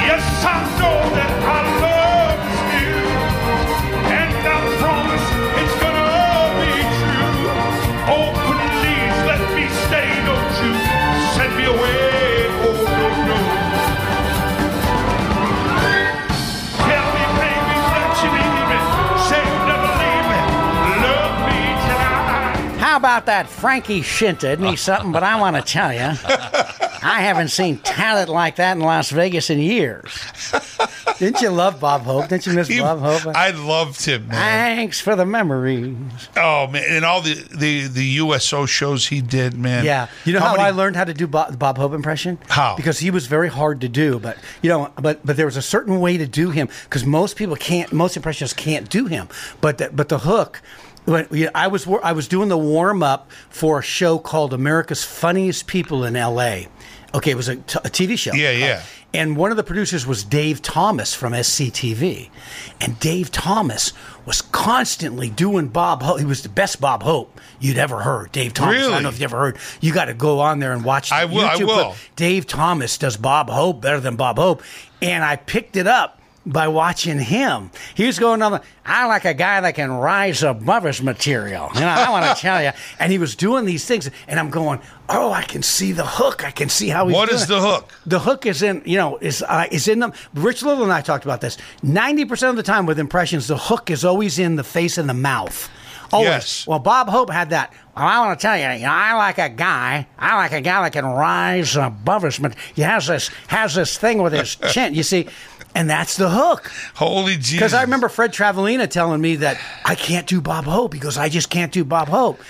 Speaker 5: Yes, I know that I love you, and I promise it's gonna all be true. Oh, please let me stay, don't you send me away, oh, no, no. Tell me, baby, that you need me. Say you never leave me. Love me tonight.
Speaker 4: How about that Frankie Shinta? Isn't he something? But I want to tell you, I haven't seen talent like that in Las Vegas in years. Didn't you love Bob Hope? Didn't you miss
Speaker 5: He-
Speaker 4: Bob Hope?
Speaker 5: I loved him, man.
Speaker 4: Thanks for the memories.
Speaker 5: oh man, and all the, the the USO shows he did, man.
Speaker 4: Yeah, you know how,
Speaker 5: many-
Speaker 4: I learned how to do Bob, the Bob Hope impression?
Speaker 5: How?
Speaker 4: Because he was very hard to do, but you know, but but there was a certain way to do him because most people can't, most impressionists can't do him. But the, but the hook. When, you know, I was wor- I was doing the warm up for a show called America's Funniest People in L.A. Okay, it was a, t- a TV show.
Speaker 5: Yeah, yeah.
Speaker 4: And one of the producers was Dave Thomas from SCTV. And Dave Thomas was constantly doing Bob Hope. He was the best Bob Hope you'd ever heard. Dave Thomas. I don't know
Speaker 5: Really?
Speaker 4: if you ever heard. You got to go on there and watch. the
Speaker 5: I will, I
Speaker 4: YouTube clip.
Speaker 5: will.
Speaker 4: Dave Thomas does Bob Hope better than Bob Hope. And I picked it up by watching him. He was going on the, I like a guy that can rise above his material. You know, I want to tell you. And he was doing these things. And I'm going, oh, I can see the hook. I can see how he's
Speaker 5: What
Speaker 4: doing
Speaker 5: is
Speaker 4: it."
Speaker 5: the hook?
Speaker 4: The hook is in, you know, is uh, is in them. Rich Little and I talked about this. Ninety percent of the time with impressions, the hook is always in the face and the mouth. Always.
Speaker 5: Yes.
Speaker 4: Well, Bob Hope had that. Well, I want to tell you, you know, I like a guy. I like a guy that can rise above us, but he has this has this thing with his chin. You see, and that's the hook.
Speaker 5: Holy Jesus.
Speaker 4: Because I remember Fred Travellina telling me that I can't do Bob Hope. He goes, I just can't do Bob Hope.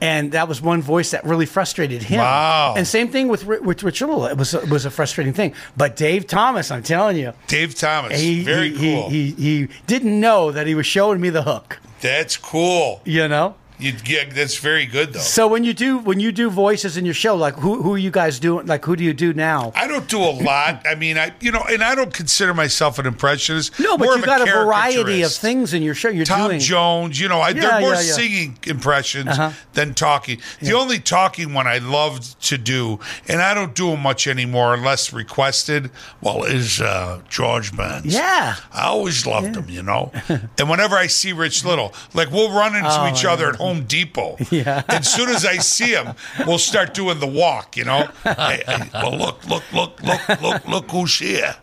Speaker 4: And that was one voice that really frustrated him.
Speaker 5: Wow.
Speaker 4: And same thing with Ri- with Rich Little. It was a, it was a frustrating thing. But Dave Thomas, I'm telling you,
Speaker 5: Dave Thomas.
Speaker 4: he
Speaker 5: Very
Speaker 4: he,
Speaker 5: cool.
Speaker 4: He, he he didn't know that he was showing me the hook.
Speaker 5: that's cool.
Speaker 4: You know.
Speaker 5: You yeah, that's very good though.
Speaker 4: So when you do when you do voices in your show, like who who are you guys doing? Like who do you do now?
Speaker 5: I don't do a lot. I mean, I you know, and I don't consider myself an impressionist.
Speaker 4: no, but
Speaker 5: More
Speaker 4: you've
Speaker 5: of
Speaker 4: got a variety of
Speaker 5: caricaturist.
Speaker 4: things in your show. You're
Speaker 5: Tom
Speaker 4: doing
Speaker 5: Jones, you know, I,
Speaker 4: Yeah,
Speaker 5: they're more
Speaker 4: yeah, Uh-huh. yeah.
Speaker 5: singing impressions than talking. The only talking one I loved to do, and I don't do 'em much anymore unless requested, well, is uh, George Benz.
Speaker 4: Yeah.
Speaker 5: I always loved him, you know. and whenever I see Rich Little, like we'll run into
Speaker 4: Oh,
Speaker 5: each other at Home Depot. Yeah. as soon as I see him, we'll start doing the walk, you know. Hey, hey, well, look, look, look, look, look, look who's here.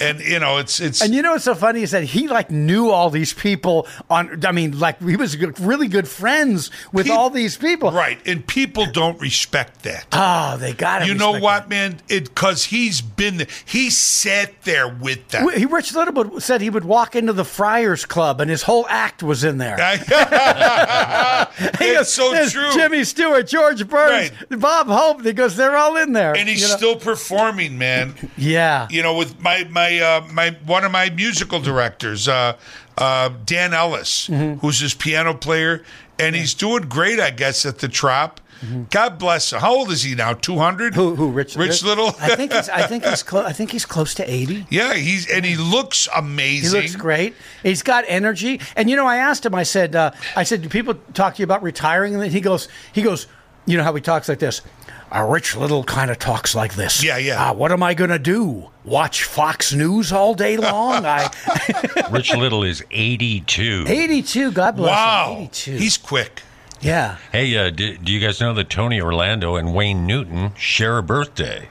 Speaker 5: And, you know, it's, it's,
Speaker 4: And you know what's so funny is that he like knew all these people on. I mean, like he was good, really good friends with
Speaker 5: Pe-
Speaker 4: all these people.
Speaker 5: right. And people don't respect that.
Speaker 4: Oh, they got him.
Speaker 5: You know what, man? It because he's been there. He sat there with them.
Speaker 4: He Rich Littlewood said he would walk into the Friars Club and his whole act was in there. He
Speaker 5: it's
Speaker 4: goes,
Speaker 5: so
Speaker 4: "There's
Speaker 5: true.
Speaker 4: Jimmy Stewart, George Burns, Bob Hope. He goes, they're all in there.
Speaker 5: and he's
Speaker 4: uh, you know?
Speaker 5: still performing, man.
Speaker 4: yeah.
Speaker 5: You know, with my my uh, my one of my musical directors, uh, uh, Dan Ellis,
Speaker 4: Mm-hmm.
Speaker 5: who's his piano player, and he's doing great, I guess, at the Trop. God bless him. How old is he now? Two hundred.
Speaker 4: Mm-hmm. Who? Who? Rich?
Speaker 5: Rich Little.
Speaker 4: I think he's. I think he's. Clo- I think he's close to eighty.
Speaker 5: yeah, he's and he looks
Speaker 4: He
Speaker 5: amazing.
Speaker 4: looks great. He's got energy. And you know, I asked him. I said, uh, I said, do people talk to you about retiring? And then he goes, he goes, you know how he talks like this. A rich little kind of talks like this.
Speaker 5: Yeah, yeah.
Speaker 4: "Uh, what am I gonna do? Watch Fox News all day long? I
Speaker 3: Rich Little is 82.
Speaker 4: eighty-two. God bless him.
Speaker 5: Wow,
Speaker 4: Eighty-two.
Speaker 5: he's quick.
Speaker 4: yeah.
Speaker 3: Hey, uh, do, do you guys know that Tony Orlando and Wayne Newton share a birthday?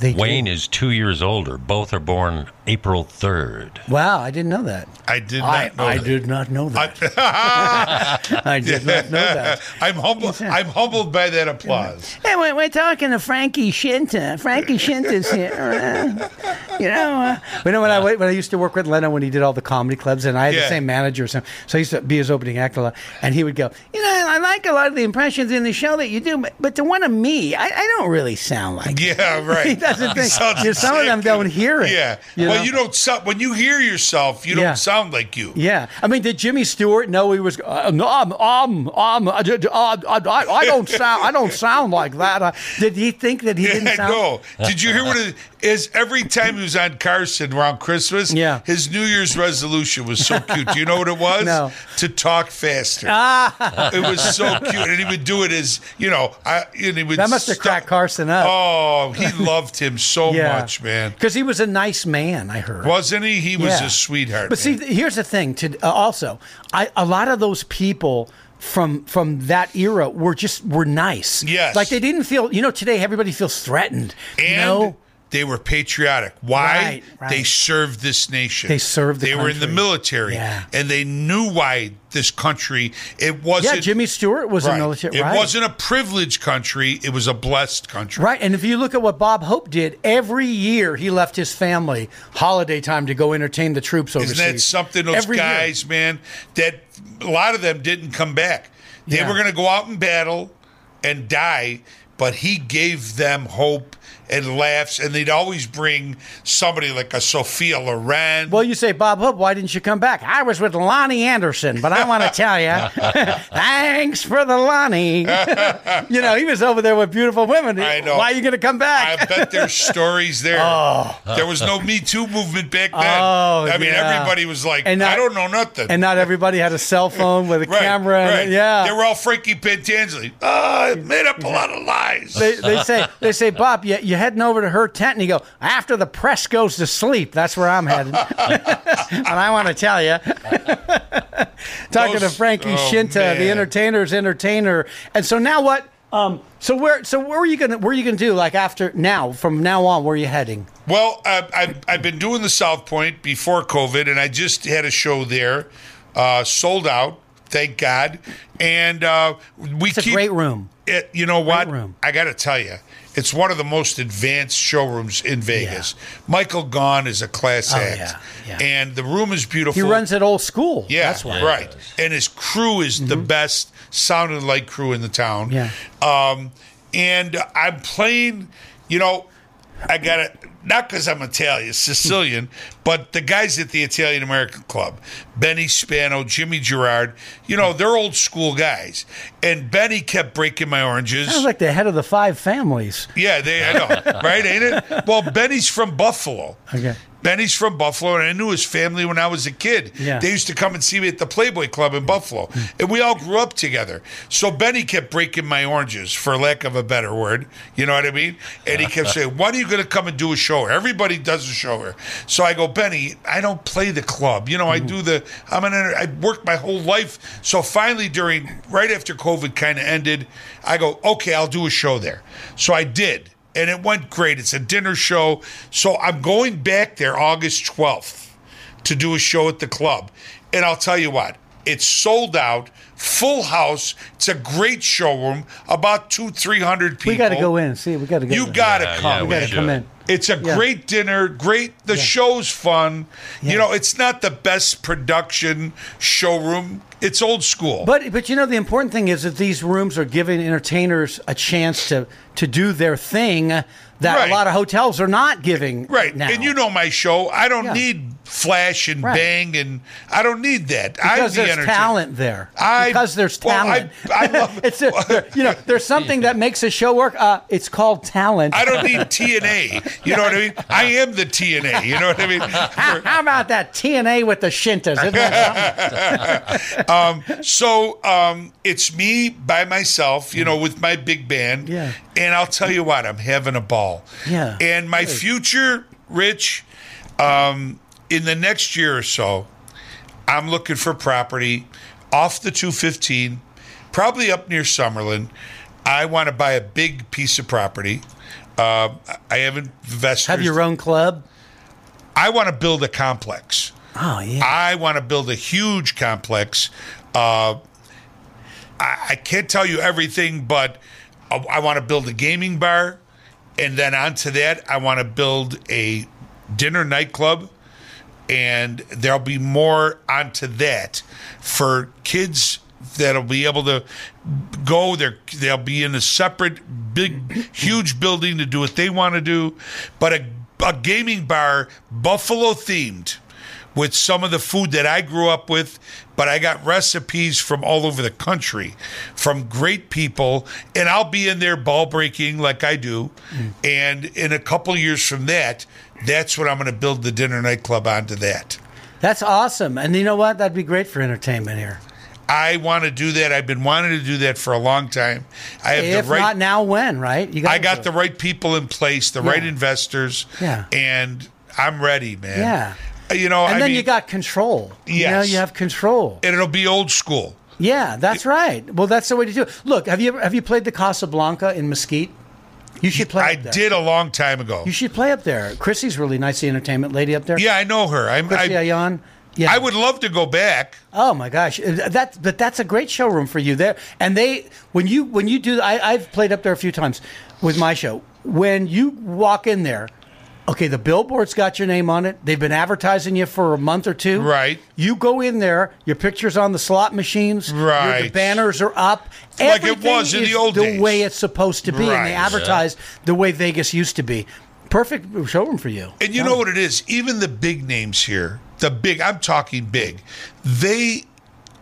Speaker 4: They do.
Speaker 3: Wayne is two years older. Both are born April 3rd.
Speaker 4: Wow, I didn't know that.
Speaker 5: I did not
Speaker 4: I,
Speaker 5: know
Speaker 4: I
Speaker 5: that.
Speaker 4: did not know that. I did not know that.
Speaker 5: I'm humbled. I'm humbled by that applause.
Speaker 4: Hey, we're, we're talking to Frankie Shinta. Frankie Shinta's here. Uh, you know, uh, you know when I when I used to work with Leno when he did all the comedy clubs, and I had
Speaker 5: Yeah.
Speaker 4: the same manager, so so I used to be his opening act a lot, and he would go, you know, I like a lot of the impressions in the show that you do, but, but the one of me, I, I don't really sound like. it."
Speaker 5: Yeah, right.
Speaker 4: He doesn't think-
Speaker 5: sounds
Speaker 4: yeah, some of them
Speaker 5: sick.
Speaker 4: don't hear it,
Speaker 5: Yeah.
Speaker 4: you
Speaker 5: well,
Speaker 4: know?
Speaker 5: you don't sound when you hear yourself. You
Speaker 4: Yeah.
Speaker 5: don't sound like you.
Speaker 4: Yeah, I mean, did Jimmy Stewart know he was? Uh, no, um, um, um, I, did- uh, I, I, I don't sound, I don't sound like that. Uh, did he think that he
Speaker 5: Yeah,
Speaker 4: didn't sound?
Speaker 5: no. Did you hear what it is? Every time he was on Carson around Christmas,
Speaker 4: Yeah.
Speaker 5: his New Year's resolution was so cute. Do you know what it was?
Speaker 4: No. Ah.
Speaker 5: To talk faster. it was so cute, and he would do it as you know. I and he would
Speaker 4: That must have
Speaker 5: stop-
Speaker 4: cracked Carson up.
Speaker 5: Oh, he loved him so much, man.
Speaker 4: Because he was a nice man, I heard.
Speaker 5: Wasn't he? He was
Speaker 4: Yeah.
Speaker 5: a sweetheart.
Speaker 4: But see,
Speaker 5: man.
Speaker 4: th- here's the thing. To uh, also, I, a lot of those people from from that era were just were nice.
Speaker 5: Yes.
Speaker 4: like they didn't feel. You know, today everybody feels threatened. you
Speaker 5: and
Speaker 4: know?
Speaker 5: they were patriotic. Why?
Speaker 4: Right, right.
Speaker 5: They served this nation.
Speaker 4: They served the
Speaker 5: They were in the
Speaker 4: country.
Speaker 5: military,
Speaker 4: Yeah.
Speaker 5: and they knew why this country. It wasn't.
Speaker 4: yeah. Jimmy Stewart was
Speaker 5: Right.
Speaker 4: a military.
Speaker 5: It
Speaker 4: right.
Speaker 5: wasn't a privileged country. It was a blessed country.
Speaker 4: Right, and if you look at what Bob Hope did, every year he left his family holiday time to go entertain the troops overseas.
Speaker 5: Isn't that something? Those
Speaker 4: Every year.
Speaker 5: guys, man, that a lot of them didn't come back. They
Speaker 4: Yeah.
Speaker 5: were going to go out in battle and die, but he gave them hope and laughs, and they'd always bring somebody like a Sophia Loren.
Speaker 4: Well, you say, Bob Hope, why didn't you come back? I was with Lonnie Anderson, but I want to tell you, thanks for the Lonnie. you know, he was over there with beautiful women.
Speaker 5: I know.
Speaker 4: Why are you going to come back?
Speaker 5: I bet there's stories there. There was no Me Too movement back then.
Speaker 4: Oh,
Speaker 5: I mean,
Speaker 4: yeah.
Speaker 5: everybody was like,
Speaker 4: And
Speaker 5: I
Speaker 4: I-
Speaker 5: don't know nothing.
Speaker 4: and not everybody had a cell phone with a
Speaker 5: right,
Speaker 4: camera. and-
Speaker 5: right.
Speaker 4: yeah.
Speaker 5: They were all Frankie Pantanzali. Uh, I made up a lot of lies.
Speaker 4: they, they say they say Bob, you you heading over to her tent, and you go after the press goes to sleep. That's where I'm headed, and I want to tell you. Talking to
Speaker 5: Those-
Speaker 4: Frankie
Speaker 5: oh,
Speaker 4: Shinta, the
Speaker 5: man.
Speaker 4: entertainer's entertainer, and so now what? Um, so where so where are you gonna where are you gonna do like after now from now on? Where are you heading?
Speaker 5: Well, I, I, I've been doing the South Point before COVID, and I just had a show there, uh, sold out. Thank God. And uh, we
Speaker 4: It's a
Speaker 5: keep
Speaker 4: great room.
Speaker 5: It, you know what? I got to tell you, it's one of the most advanced showrooms in Vegas. Michael Gaughan is a class
Speaker 4: Oh,
Speaker 5: act,
Speaker 4: yeah,
Speaker 5: and the room is beautiful.
Speaker 4: He runs it old school.
Speaker 5: Yeah,
Speaker 4: that's why. Mm-hmm.
Speaker 5: right. And his crew is the best sounding light crew in the town.
Speaker 4: Yeah.
Speaker 5: Um, and I'm playing, you know, I got it. Not because I'm Italian, Sicilian, but the guys at the Italian American Club, Benny Spano, Jimmy Gerard, you know, they're old school guys. And Benny kept breaking my oranges.
Speaker 4: Sounds Oh, like the head of the five families.
Speaker 5: Yeah, they I know, right? Ain't it? Well, Benny's from Buffalo.
Speaker 4: Okay.
Speaker 5: Benny's from Buffalo, and I knew his family when I was a kid.
Speaker 4: Yeah.
Speaker 5: They used to come and see me at the Playboy Club in Buffalo, and we all grew up together. So Benny kept breaking my oranges, for lack of a better word. You know what I mean? And he kept saying, "When are you going to come and do a show? here? Everybody does a show here." So I go, Benny, I don't play the club. You know, I do the. I'm an. enter- I worked my whole life. So finally, during right after COVID kind of ended, I go, "Okay, I'll do a show there." So I did and it went great. It's a dinner show. So I'm going back there August 12th to do a show at the club. And I'll tell you what, it's sold out, full house. It's a great showroom, about two, 300 people.
Speaker 4: We got to go in. and See, we got to go.
Speaker 5: Oh. You
Speaker 4: in.
Speaker 5: got to come.
Speaker 4: we got to come in.
Speaker 5: It's a
Speaker 4: Yeah.
Speaker 5: great dinner, great. The show's fun. You know, it's not the best production showroom. It's old school.
Speaker 4: But but you know the important thing is that these rooms are giving entertainers a chance to to do their thing that
Speaker 5: Right.
Speaker 4: a lot of hotels are not giving
Speaker 5: Right.
Speaker 4: now.
Speaker 5: And you know my show. I don't
Speaker 4: Yeah.
Speaker 5: need flash and
Speaker 4: Right.
Speaker 5: bang and I don't need that. I'm
Speaker 4: because
Speaker 5: the
Speaker 4: there's
Speaker 5: entertainer.
Speaker 4: talent there.
Speaker 5: I-
Speaker 4: because there's
Speaker 5: well, I-
Speaker 4: talent.
Speaker 5: I love-
Speaker 4: it's a, you know there's something that makes a show work. Uh, it's called talent.
Speaker 5: I don't need TNA. You know what I mean? I am the TNA. You know what I
Speaker 4: how,
Speaker 5: mean?
Speaker 4: how about that TNA with the shintas? Isn't that something?
Speaker 5: um, so um, it's me by myself, you know, with my big band.
Speaker 4: Yeah.
Speaker 5: And I'll tell you what, I'm having a ball.
Speaker 4: Yeah.
Speaker 5: And my future, Rich, um, in the next year or so, I'm looking for property off the 215, probably up near Summerlin. I want to buy a big piece of property. Um, I haven't investors.
Speaker 4: Have your own club?
Speaker 5: I want to build a complex.
Speaker 4: Oh yeah.
Speaker 5: I want to build a huge complex. Uh, I, I can't tell you everything, but I, I want to build a gaming bar, and then onto that, I want to build a dinner nightclub, and there'll be more onto that for kids that'll be able to go there they'll be in a separate big huge building to do what they want to do but a, a gaming bar buffalo themed with some of the food that I grew up with, but I got recipes from all over the country from great people, and I'll be in there ball breaking like I do.
Speaker 4: Mm.
Speaker 5: And in a couple years from that, that's what I'm going to build the dinner nightclub onto that.
Speaker 4: That's awesome. And you know what? That'd be great for entertainment here.
Speaker 5: I want to do that. I've been wanting to do that for a long time. I have
Speaker 4: If
Speaker 5: the right.
Speaker 4: not now, when? Right? You gotta
Speaker 5: I
Speaker 4: do
Speaker 5: got
Speaker 4: it.
Speaker 5: the right people in place, the right investors,
Speaker 4: Yeah.
Speaker 5: and I'm ready, man.
Speaker 4: Yeah.
Speaker 5: You know,
Speaker 4: and
Speaker 5: I
Speaker 4: then
Speaker 5: mean,
Speaker 4: you got control. You know,
Speaker 5: Yes.
Speaker 4: you have control.
Speaker 5: and it'll be old school.
Speaker 4: Yeah, that's right. Well, that's the way to do it. Look, have you ever, have you played the Casablanca in Mesquite? You should play.
Speaker 5: I
Speaker 4: up there.
Speaker 5: did a long time ago.
Speaker 4: You should play up there. Chrissy's really nice, the entertainment lady up there.
Speaker 5: Yeah, I know her. I'm,
Speaker 4: Chrissy
Speaker 5: I,
Speaker 4: Ayan. Yeah.
Speaker 5: I would love to go back.
Speaker 4: Oh my gosh, that but that's a great showroom for you there. And they when you when you do, I, I've played up there a few times with my show. When you walk in there, okay, the billboard's got your name on it. They've been advertising you for a month or two.
Speaker 5: Right.
Speaker 4: You go in there, your picture's on the slot machines. your- The
Speaker 5: Right.
Speaker 4: banners are up.
Speaker 5: Like it was in
Speaker 4: Everything
Speaker 5: the
Speaker 4: is
Speaker 5: old days.
Speaker 4: way it's supposed to be, and
Speaker 5: Right.
Speaker 4: they advertise the way Vegas used to be. Perfect showroom for you.
Speaker 5: And you know what it is? Even the big names here, the big, I'm talking big, they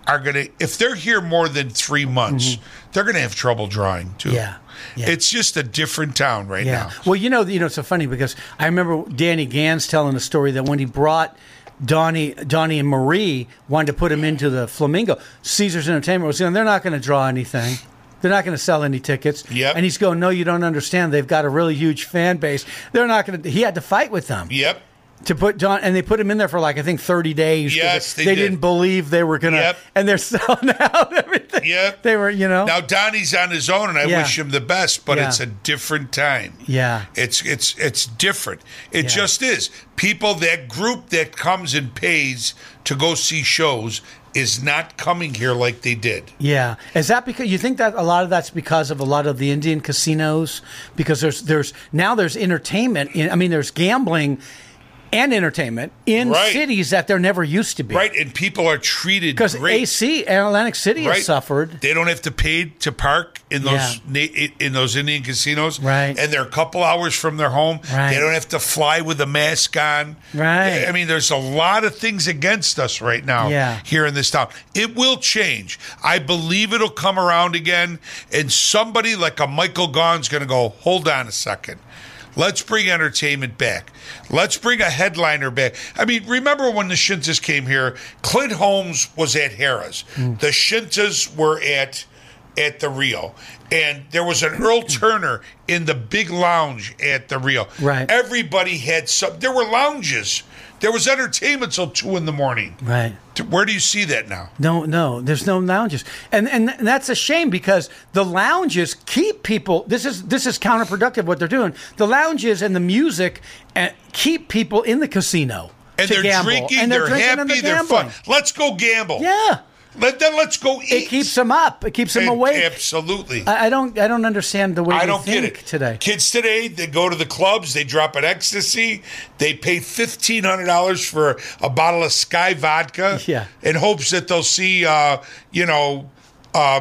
Speaker 5: are going to, if they're here more than three months, they're going to have trouble drawing too.
Speaker 4: Mm-hmm. Yeah. Yeah.
Speaker 5: It's just a different town right now.
Speaker 4: Well, you know, you know, it's so funny because I remember Danny Gans telling a story that when he brought Donnie, Donnie and Marie wanted to put him into the Flamingo. Caesar's Entertainment was going, they're not going to draw anything. They're not going to sell any tickets.
Speaker 5: Yep.
Speaker 4: And he's going, no, you don't understand. They've got a really huge fan base. They're not going to. He had to fight with them
Speaker 5: Yep.
Speaker 4: to put Don, and they put him in there for like I think thirty days. 'cause
Speaker 5: Yes, they did.
Speaker 4: not believe they were going to.
Speaker 5: Yep.
Speaker 4: And they're selling out everything.
Speaker 5: Yep.
Speaker 4: They were, you know.
Speaker 5: Now Donnie's on his own, and I
Speaker 4: Oh. Yeah.
Speaker 5: wish him the best. But
Speaker 4: Yeah.
Speaker 5: it's a different time.
Speaker 4: Yeah.
Speaker 5: it's it's it's different. It
Speaker 4: Yeah.
Speaker 5: just is. People that group that comes and pays to go see shows, is not coming here like they did.
Speaker 4: Yeah, is that because you think that a lot of that's because of a lot of the Indian casinos because there's there's now there's entertainment. In, I mean, there's gambling and entertainment in
Speaker 5: Right.
Speaker 4: cities that they're never used to be.
Speaker 5: Right, and people are treated
Speaker 4: Because
Speaker 5: great.
Speaker 4: AC Atlantic City
Speaker 5: Right.
Speaker 4: has suffered.
Speaker 5: They don't have to pay to park in those na- in those Indian casinos, right? And they're a couple hours from their home.
Speaker 4: Right.
Speaker 5: They don't have to fly with a mask on,
Speaker 4: Right.
Speaker 5: I mean, there's a lot of things against us right now,
Speaker 4: Yeah.
Speaker 5: here in this town. It will change. I believe it'll come around again, and somebody like a Michael Gaughan's going to go, hold on a second. Let's bring entertainment back. Let's bring a headliner back. I mean, remember when the Shintas came here? Clint Holmes was at Harrah's. The Shintas were at at the Rio, and there was an Earl Turner in the big lounge at the Rio.
Speaker 4: Right.
Speaker 5: Everybody had some. There were lounges. There was entertainment till two in the morning.
Speaker 4: Right.
Speaker 5: T- Where do you see that now?
Speaker 4: No, no, there's no lounges, and and that's a shame because the lounges keep people. This is this is counterproductive what they're doing. The lounges and the music uh, keep people in the casino
Speaker 5: And
Speaker 4: to
Speaker 5: they're
Speaker 4: gamble.
Speaker 5: drinking.
Speaker 4: and
Speaker 5: they're,
Speaker 4: they're, drinking
Speaker 5: happy.
Speaker 4: and
Speaker 5: they're
Speaker 4: gambling.
Speaker 5: fun. Let's go gamble.
Speaker 4: Yeah,
Speaker 5: Let then let's go eat.
Speaker 4: it keeps them up. It keeps them
Speaker 5: And-
Speaker 4: awake.
Speaker 5: Absolutely.
Speaker 4: I, I don't I don't understand the way
Speaker 5: I
Speaker 4: they
Speaker 5: don't
Speaker 4: think
Speaker 5: get it
Speaker 4: today.
Speaker 5: Kids today, they go to the clubs, they drop an ecstasy, they pay fifteen hundred dollars for a bottle of Sky vodka,
Speaker 4: Yeah.
Speaker 5: in hopes that they'll see, uh, you know, uh,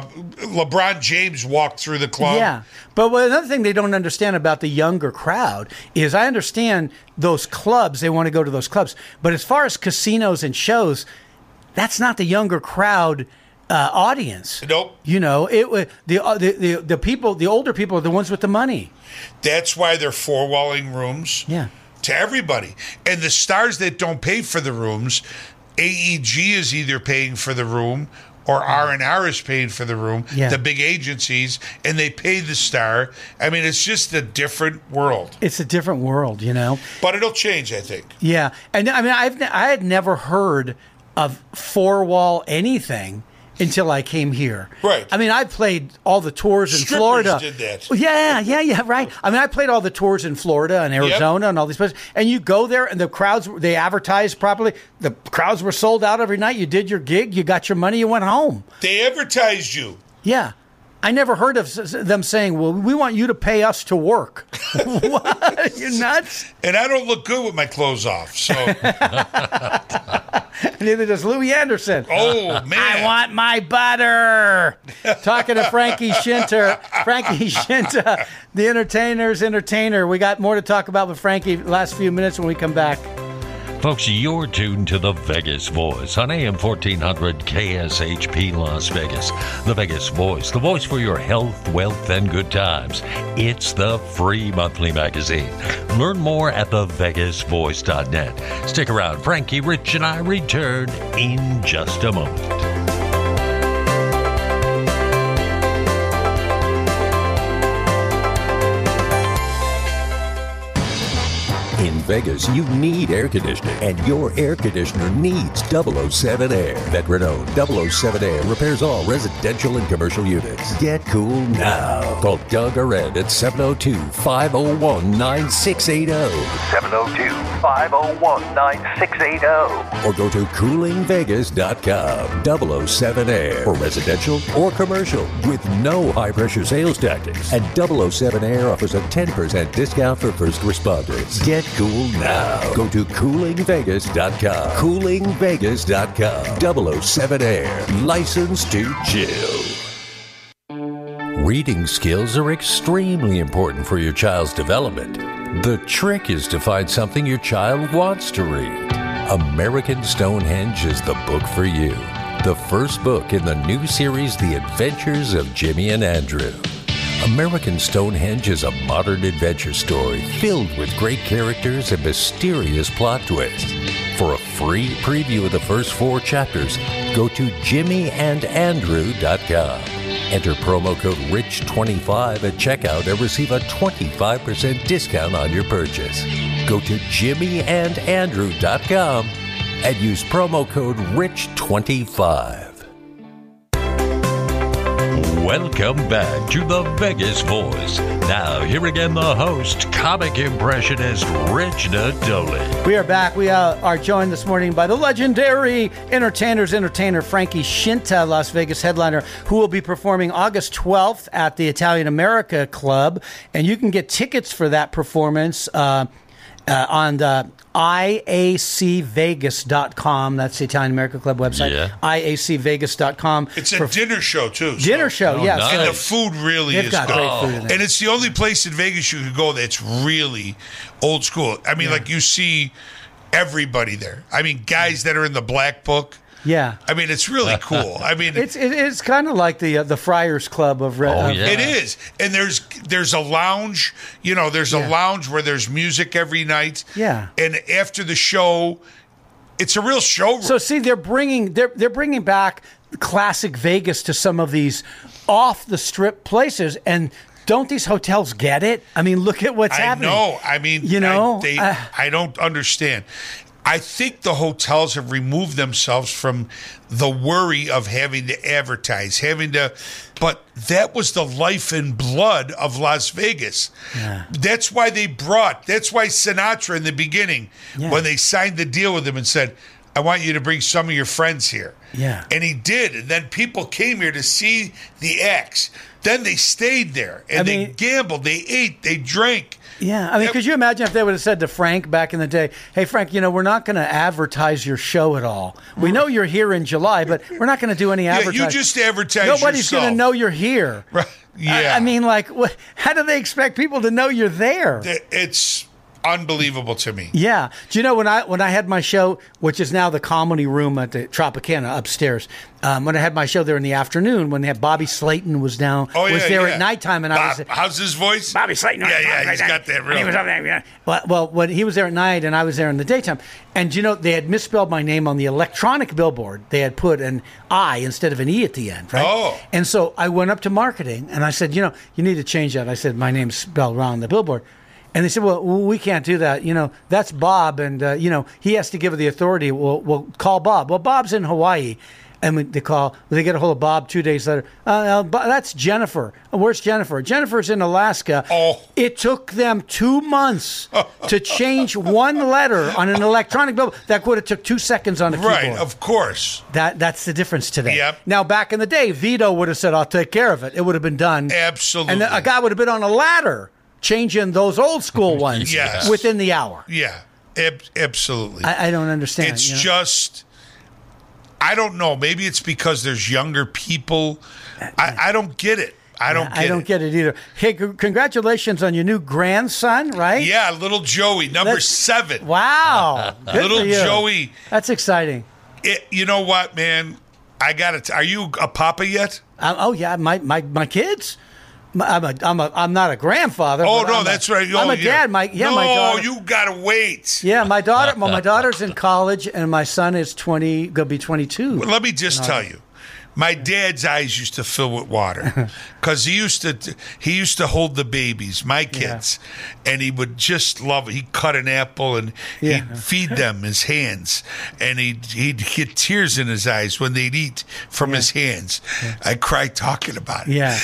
Speaker 5: LeBron James walk through the club.
Speaker 4: yeah, but what, another thing they don't understand about the younger crowd is I understand those clubs; they want to go to those clubs. But as far as casinos and shows, that's not the younger crowd uh, audience.
Speaker 5: Nope.
Speaker 4: You know, it wa- the, uh, the the the people, the older people, are the ones with the money.
Speaker 5: That's why they're four walling rooms.
Speaker 4: Yeah.
Speaker 5: To everybody. And the stars that don't pay for the rooms, AEG is either paying for the room or R&R is paying for the room,
Speaker 4: Yeah.
Speaker 5: the big agencies, and they pay the star. I mean, it's just a different world.
Speaker 4: It's a different world, you know.
Speaker 5: But it'll change, I think.
Speaker 4: Yeah, and I mean, I've ne- I had never heard of four wall anything until I came here.
Speaker 5: Right.
Speaker 4: I mean, I played all the tours in
Speaker 5: Strippers
Speaker 4: Florida.
Speaker 5: did that.
Speaker 4: Yeah, yeah, yeah. Right. I mean, I played all the tours in Florida and Arizona and all these places. And you go there, and the crowds they advertised properly. The crowds were sold out every night. You did your gig, you got your money, you went home.
Speaker 5: They advertised you.
Speaker 4: Yeah. I never heard of s- s- them saying, "Well, we want you to pay us to work." what? You're nuts.
Speaker 5: And I don't look good with my clothes off. So,
Speaker 4: Neither does Louis Anderson.
Speaker 5: oh, man.
Speaker 4: I want my butter. Talking to Frankie Shinter. Frankie Shinter, the entertainer's entertainer. We got more to talk about with Frankie last few minutes when we come back.
Speaker 3: Folks, you're tuned to the Vegas Voice on AM 1400 KSHP Las Vegas. The Vegas Voice, the voice for your health, wealth, and good times. It's the free monthly magazine. Learn more at thevegasvoice.net. Stick around. Frankie, Rich, and I return in just a moment.
Speaker 1: In Vegas, you need air conditioning, and your air conditioner needs 007 Air. Veteran owned 007 Air repairs all residential and commercial units. Get cool now. Call Doug Arend at 702 501 9680
Speaker 6: 702 501 9680.
Speaker 1: or go to coolingvegas.com. 007 Air for residential or commercial with no high pressure sales tactics. And 007 Air offers a 10% discount for first responders. Get cool now. Go to coolingvegas.com. Coolingvegas.com. 007 Air. Licensed to chill. Reading skills are extremely important for your child's development. The trick is to find something your child wants to read. American Stonehenge is the book for you. The first book in the new series, The Adventures of Jimmy and Andrew. American Stonehenge is a modern adventure story filled with great characters and mysterious plot twists. For a free preview of the first four chapters, go to jimmyandandrew.com. Enter promo code RICH25 at checkout and receive a 25% discount on your purchase. Go to jimmyandandrew.com and use promo code RICH25.
Speaker 3: Welcome back to the Vegas Voice. Now, here again, the host, comic impressionist Rich Natoli.
Speaker 4: We are back. We uh, are joined this morning by the legendary entertainers entertainer Frankie Shinta, Las Vegas headliner, who will be performing August 12th at the Italian America Club, and you can get tickets for that performance. Uh, uh, on the iacvegas.com. That's the Italian America Club website.
Speaker 5: Yeah.
Speaker 4: iacvegas.com.
Speaker 5: It's a
Speaker 4: For-
Speaker 5: dinner show too.
Speaker 4: Dinner show, Oh, yes. nice.
Speaker 5: And the food really
Speaker 4: They've
Speaker 5: is
Speaker 4: got
Speaker 5: good.
Speaker 4: great food in there.
Speaker 5: and it's the only place in Vegas you could go that's really old school. I mean, like you see everybody there. I mean, guys that are in the black book.
Speaker 4: yeah.
Speaker 5: I mean, it's really cool. I mean,
Speaker 4: It's it is kind of like the uh, the Friars Club of Red. of,
Speaker 5: It is, and there's there's a lounge. You know, there's a lounge where there's music every night.
Speaker 4: Yeah.
Speaker 5: and after the show, it's a real showroom.
Speaker 4: So see, they're bringing they're they're bringing back classic Vegas to some of these off the strip places, and don't these hotels get it? I mean, look at what's
Speaker 5: I
Speaker 4: happening.
Speaker 5: know. I mean,
Speaker 4: You
Speaker 5: I-
Speaker 4: know,
Speaker 5: they,
Speaker 4: uh,
Speaker 5: I don't understand. I think the hotels have removed themselves from the worry of having to advertise, having to. But that was the life and blood of Las Vegas. That's why they brought. That's why Sinatra in the beginning, when they signed the deal with him and said, "I want you to bring some of your friends here."
Speaker 4: Yeah.
Speaker 5: And he did. And then people came here to see the acts. Then they stayed there and
Speaker 4: I
Speaker 5: they
Speaker 4: mean-
Speaker 5: gambled, they ate, they drank.
Speaker 4: Yeah, I mean,
Speaker 5: Yep.
Speaker 4: could you imagine if they would have said to Frank back in the day, "Hey, Frank, you know, we're not going to advertise your show at all. We know you're here in July, but we're not going to do any
Speaker 5: Yeah,
Speaker 4: advertising.
Speaker 5: you just advertise
Speaker 4: Nobody's going
Speaker 5: yourself.
Speaker 4: to know you're here. Right?
Speaker 5: Yeah.
Speaker 4: I, mean, like, what, how do they expect people to know you're there?
Speaker 5: It's unbelievable to me.
Speaker 4: Yeah. Do you know when I when I had my show, which is now the comedy room at the Tropicana upstairs? Um, when I had my show there in the afternoon, when they had Bobby Slayton was down,
Speaker 5: Oh,
Speaker 4: was
Speaker 5: yeah,
Speaker 4: there
Speaker 5: yeah.
Speaker 4: at nighttime, and I was
Speaker 5: Bob- how's his voice?
Speaker 4: Bobby Slayton.
Speaker 5: Yeah, yeah, he's got that real.
Speaker 4: He was up there, yeah. Well, well, when he was there at night and I was there in the daytime, and you know they had misspelled my name on the electronic billboard. They had put an I instead of an E at the end, right?
Speaker 5: Oh.
Speaker 4: And so I went up to marketing and I said, you know, you need to change that. I said my name's spelled wrong on the billboard. And they said, "Well, we can't do that. You know, that's Bob, and uh, you know he has to give the authority. We'll, we'll call Bob. Well, Bob's in Hawaii, and we, they call. They get a hold of Bob two days later. Uh, uh, Bo- that's Jennifer. Where's Jennifer? Jennifer's in Alaska. Oh. It took them two months to change one letter on an electronic bill that would have took two seconds on a
Speaker 5: Right,
Speaker 4: keyboard.
Speaker 5: of course.
Speaker 4: That that's the difference today. Now back in the day, Vito would have said, "I'll take care of it." It would have been done.
Speaker 5: Absolutely.
Speaker 4: And a guy would have been on a ladder changing those old school ones
Speaker 5: Yes.
Speaker 4: within the hour.
Speaker 5: Yeah, ab- absolutely.
Speaker 4: I, I don't understand.
Speaker 5: It's
Speaker 4: you know?
Speaker 5: just, I don't know. Maybe it's because there's younger people. I, I don't get it. I don't. get
Speaker 4: Uh, I don't
Speaker 5: it.
Speaker 4: get it either. Hey, c- congratulations on your new grandson, right?
Speaker 5: Yeah, little Joey, number
Speaker 4: That's-
Speaker 5: seven.
Speaker 4: Wow. Good for
Speaker 5: little
Speaker 4: you.
Speaker 5: Joey.
Speaker 4: That's exciting.
Speaker 5: It, you know what, man? I got to Are you a papa yet?
Speaker 4: Um, oh yeah, my my my kids. My- I'm a, I'm a, I'm not a grandfather.
Speaker 5: Oh
Speaker 4: but
Speaker 5: no,
Speaker 4: I'm a-
Speaker 5: that's right. Oh,
Speaker 4: I'm a
Speaker 5: yeah.
Speaker 4: dad. My yeah,
Speaker 5: no,
Speaker 4: my daughter.
Speaker 5: you gotta wait.
Speaker 4: Yeah, my daughter. Well, my daughter's in college, and my son is twenty. Gonna be twenty two.
Speaker 5: Well, let me just
Speaker 4: No.
Speaker 5: tell you, my dad's eyes used to fill with water because he used to he used to hold the babies, my kids, and he would just love it. He'd cut an apple and
Speaker 4: Yeah.
Speaker 5: he'd feed them his hands, and he'd he'd get tears in his eyes when they'd eat from his hands. I cry talking about it.
Speaker 4: Yeah.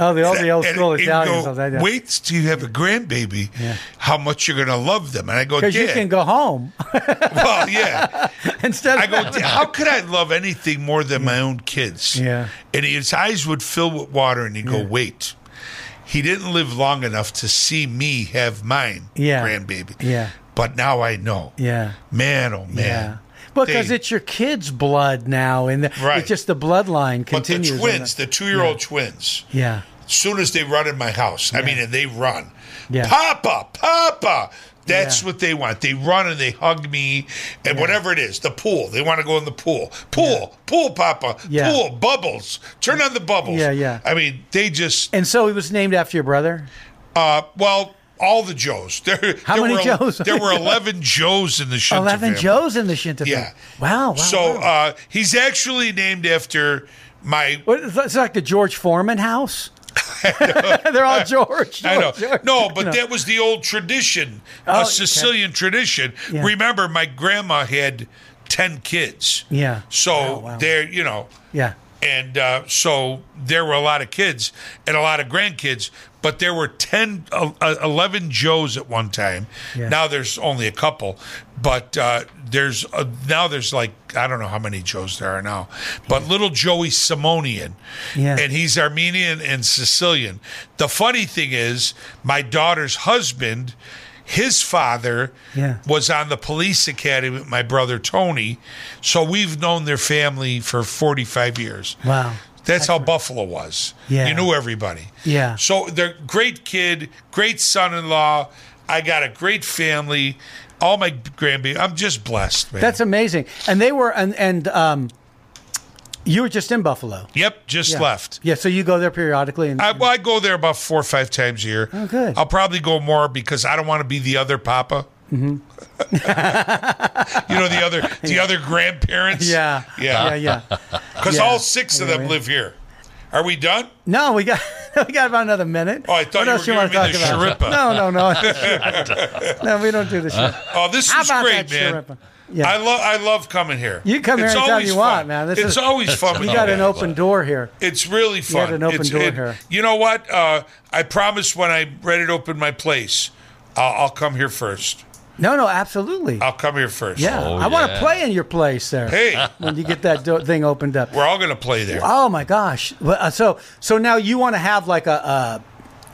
Speaker 4: Oh, the old the old
Speaker 5: And
Speaker 4: school
Speaker 5: he'd
Speaker 4: Italians.
Speaker 5: go,
Speaker 4: all that, yeah.
Speaker 5: Wait till you have a grandbaby, how much you're gonna love them. And I go, Dad,
Speaker 4: Because you can go home.
Speaker 5: well, yeah.
Speaker 4: Instead,
Speaker 5: I go. How could I love anything more than my own kids?
Speaker 4: Yeah.
Speaker 5: And his eyes would fill with water, and he'd go, "Wait." He didn't live long enough to see me have mine,
Speaker 4: Yeah.
Speaker 5: grandbaby.
Speaker 4: Yeah.
Speaker 5: But now I know,
Speaker 4: Yeah.
Speaker 5: man. Oh man.
Speaker 4: Because
Speaker 5: They-
Speaker 4: it's your kid's blood now, and the,
Speaker 5: Right.
Speaker 4: it's just the bloodline
Speaker 5: but the
Speaker 4: continues. on
Speaker 5: twins,
Speaker 4: that.
Speaker 5: the two-year-old twins.
Speaker 4: yeah.
Speaker 5: As soon as they run in my house, I mean, and they run,
Speaker 4: Yeah.
Speaker 5: Papa, Papa. That's what they want. They run and they hug me, and whatever it is, the pool. They want to go in the pool, pool, pool, Papa,
Speaker 4: Yeah.
Speaker 5: pool, bubbles. Turn on the bubbles.
Speaker 4: Yeah, yeah.
Speaker 5: I mean, they just.
Speaker 4: And so he was named after your brother.
Speaker 5: Uh, well, all the Joes. There,
Speaker 4: How
Speaker 5: there
Speaker 4: many
Speaker 5: were,
Speaker 4: Joes?
Speaker 5: There were eleven Joes in the Shinta
Speaker 4: Eleven
Speaker 5: family.
Speaker 4: Joes in the Shinta.
Speaker 5: Yeah.
Speaker 4: family. Wow. wow
Speaker 5: So
Speaker 4: wow.
Speaker 5: uh, he's actually named after my.
Speaker 4: What, it's like- it's like the George Foreman house. They're all George.
Speaker 5: I know.
Speaker 4: George, George.
Speaker 5: No, but
Speaker 4: No.
Speaker 5: that was the old tradition,
Speaker 4: Oh,
Speaker 5: a
Speaker 4: okay.
Speaker 5: Sicilian tradition.
Speaker 4: Yeah.
Speaker 5: Remember, my grandma had ten kids.
Speaker 4: Yeah. Oh,
Speaker 5: So there, you know,
Speaker 4: Yeah.
Speaker 5: And uh, so there were a lot of kids and a lot of grandkids, but there were 10, uh, uh, 11 Joes at one time.
Speaker 9: Yeah.
Speaker 5: Now there's only a couple, but uh, there's uh now there's like, I don't know how many Joes there are now, but little Joey Simonian.
Speaker 9: Yeah.
Speaker 5: And he's Armenian and Sicilian. The funny thing is, my daughter's husband, his father,
Speaker 9: Yeah.
Speaker 5: was on the police academy with my brother Tony. So we've known their family for 45 years.
Speaker 4: Wow.
Speaker 5: That's how Buffalo was.
Speaker 4: Yeah.
Speaker 5: You knew everybody.
Speaker 4: Yeah.
Speaker 5: So they're great kid, great son in law. I got a great family. All my grandbabies. I'm just blessed, man.
Speaker 4: That's amazing. And they were and and um, you were just in Buffalo.
Speaker 5: yep, just
Speaker 4: Yeah.
Speaker 5: left.
Speaker 4: Yeah, so you go there periodically and
Speaker 5: I, well, I go there about four or five times a year. Oh, good. I'll probably go more because I don't want to be the other papa.
Speaker 4: Mhm.
Speaker 5: You know the other the other grandparents.
Speaker 4: Yeah.
Speaker 5: yeah,
Speaker 4: Yeah,
Speaker 5: Because
Speaker 4: Yeah.
Speaker 5: all six of them
Speaker 4: Anyway.
Speaker 5: live here. Are we done?
Speaker 4: No, we got we got about another minute. Oh, I what
Speaker 5: thought you
Speaker 4: else
Speaker 5: were
Speaker 4: you want to
Speaker 5: giving
Speaker 4: talk
Speaker 5: me
Speaker 4: about?
Speaker 5: the
Speaker 4: No, no, no.
Speaker 5: oh,
Speaker 4: no, we don't do this. shit.
Speaker 5: this
Speaker 4: How
Speaker 5: is
Speaker 4: about
Speaker 5: great,
Speaker 4: that
Speaker 5: man.
Speaker 4: Sherpa? Yeah.
Speaker 5: I love I love coming here.
Speaker 4: You come
Speaker 5: it's
Speaker 4: here anytime
Speaker 5: always
Speaker 4: you
Speaker 5: fun.
Speaker 4: want, man. This
Speaker 5: it's
Speaker 4: is,
Speaker 5: always fun.
Speaker 4: You
Speaker 5: with
Speaker 4: got
Speaker 5: you
Speaker 4: an
Speaker 5: guys.
Speaker 4: open door here.
Speaker 5: It's really fun.
Speaker 4: had an open
Speaker 5: It's-
Speaker 4: door
Speaker 5: it-
Speaker 4: here.
Speaker 5: You know what? Uh, I promise when I ready to open my place, I'll, I'll come here first.
Speaker 4: No, no, absolutely.
Speaker 5: I'll come here first.
Speaker 4: Yeah, I want to play in your place there.
Speaker 5: Oh, Hey.
Speaker 4: when you get that do- thing opened up.
Speaker 5: We're all going to play there.
Speaker 4: Oh my gosh! Well, uh, So, so now you want to have like a uh,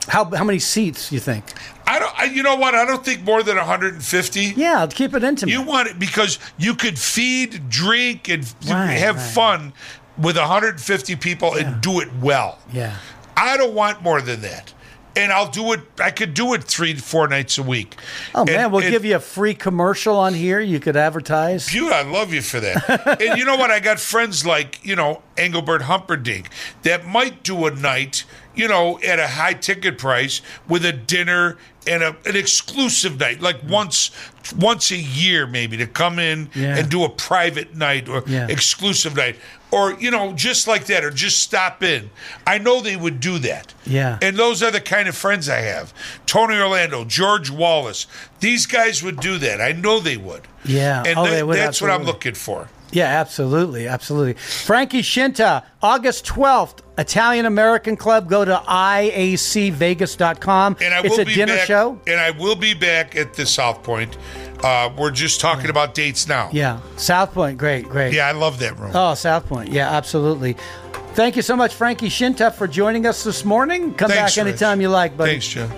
Speaker 4: how how many seats you think?
Speaker 5: I don't. I, you know what? I don't think more than 150.
Speaker 4: Yeah, keep it intimate.
Speaker 5: You want it because you could feed, drink, and f-
Speaker 4: Right,
Speaker 5: have
Speaker 4: right.
Speaker 5: fun with 150 people and do it well.
Speaker 4: Yeah.
Speaker 5: I don't want more than that. And I'll do it. I could do it three, four nights a week.
Speaker 4: Oh man, we'll give you a free commercial on here. You could advertise.
Speaker 5: Dude, I love you for that. and you know what? I got friends like, you know, Engelbert Humperdinck that might do a night, you know, at a high ticket price with a dinner and a, an exclusive night, like once once a year maybe to come in
Speaker 9: Yeah.
Speaker 5: and do a private night or
Speaker 9: Yeah.
Speaker 5: exclusive night or you know just like that or just stop in. I know they would do that.
Speaker 4: Yeah.
Speaker 5: And those are the kind of friends I have. Tony Orlando, George Wallace. These guys would do that. I know they would.
Speaker 4: Yeah.
Speaker 5: And
Speaker 4: Oh,
Speaker 5: tha-
Speaker 4: they would,
Speaker 5: that's what I'm
Speaker 4: absolutely.
Speaker 5: looking for.
Speaker 4: Yeah, absolutely, absolutely. Frankie Shinta, August twelfth, Italian American Club. Go to iacvegas.com.
Speaker 5: And I
Speaker 4: it's
Speaker 5: will
Speaker 4: a
Speaker 5: be
Speaker 4: dinner
Speaker 5: back,
Speaker 4: show.
Speaker 5: And I will be back at the South Point. Uh, we're just talking about dates now.
Speaker 4: Yeah, South Point, great, great.
Speaker 5: Yeah, I love that room.
Speaker 4: Oh, South Point, yeah, absolutely. Thank you so much, Frankie Shinta, for joining us this morning. Come
Speaker 3: Thanks,
Speaker 4: back
Speaker 3: Rich.
Speaker 4: anytime you like, buddy. Thanks,
Speaker 5: Jim.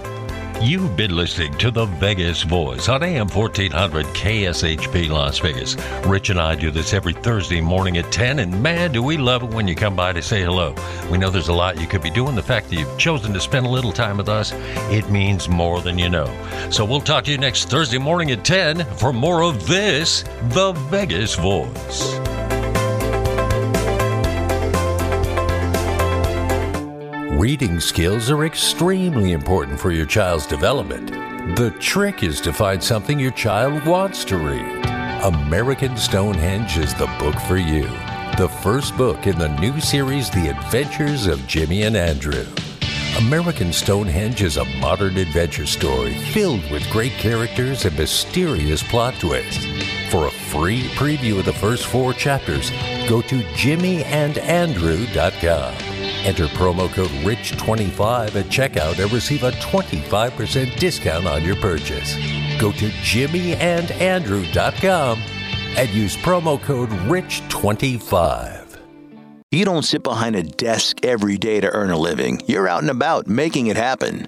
Speaker 3: You've been listening to the Vegas Voice on AM 1400 KSHP Las Vegas. Rich and I do this every Thursday morning at 10, and man, do we love it when you come by to say hello. We know there's a lot you could be doing. The fact that you've chosen to spend a little time with us, it means more than you know. So we'll talk to you next Thursday morning at 10 for more of this, The Vegas Voice.
Speaker 1: Reading skills are extremely important for your child's development. The trick is to find something your child wants to read. American Stonehenge is the book for you. The first book in the new series, The Adventures of Jimmy and Andrew. American Stonehenge is a modern adventure story filled with great characters and mysterious plot twists. For a free preview of the first four chapters, go to jimmyandandrew.com. Enter promo code RICH25 at checkout and receive a 25% discount on your purchase. Go to jimmyandandrew.com and use promo code RICH25.
Speaker 10: You don't sit behind a desk every day to earn a living. You're out and about making it happen.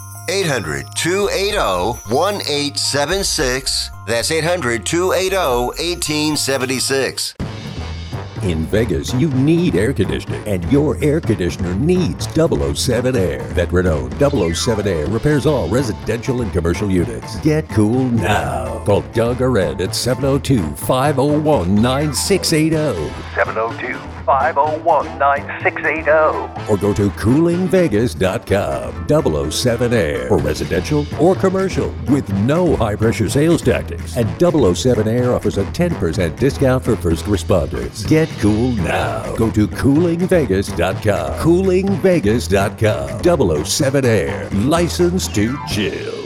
Speaker 11: 800 280 1876. That's 800 280 1876.
Speaker 1: In Vegas, you need air conditioning, and your air conditioner needs 007 Air. Veteran owned 007 Air repairs all residential and commercial units. Get cool now. Call Doug or Ed at 702 501 9680.
Speaker 6: 702 501 9680.
Speaker 1: or go to coolingvegas.com 007 air for residential or commercial with no high pressure sales tactics and 007 air offers a 10% discount for first responders get cool now go to oh coolingvegas.com coolingvegas.com 007 air licensed to chill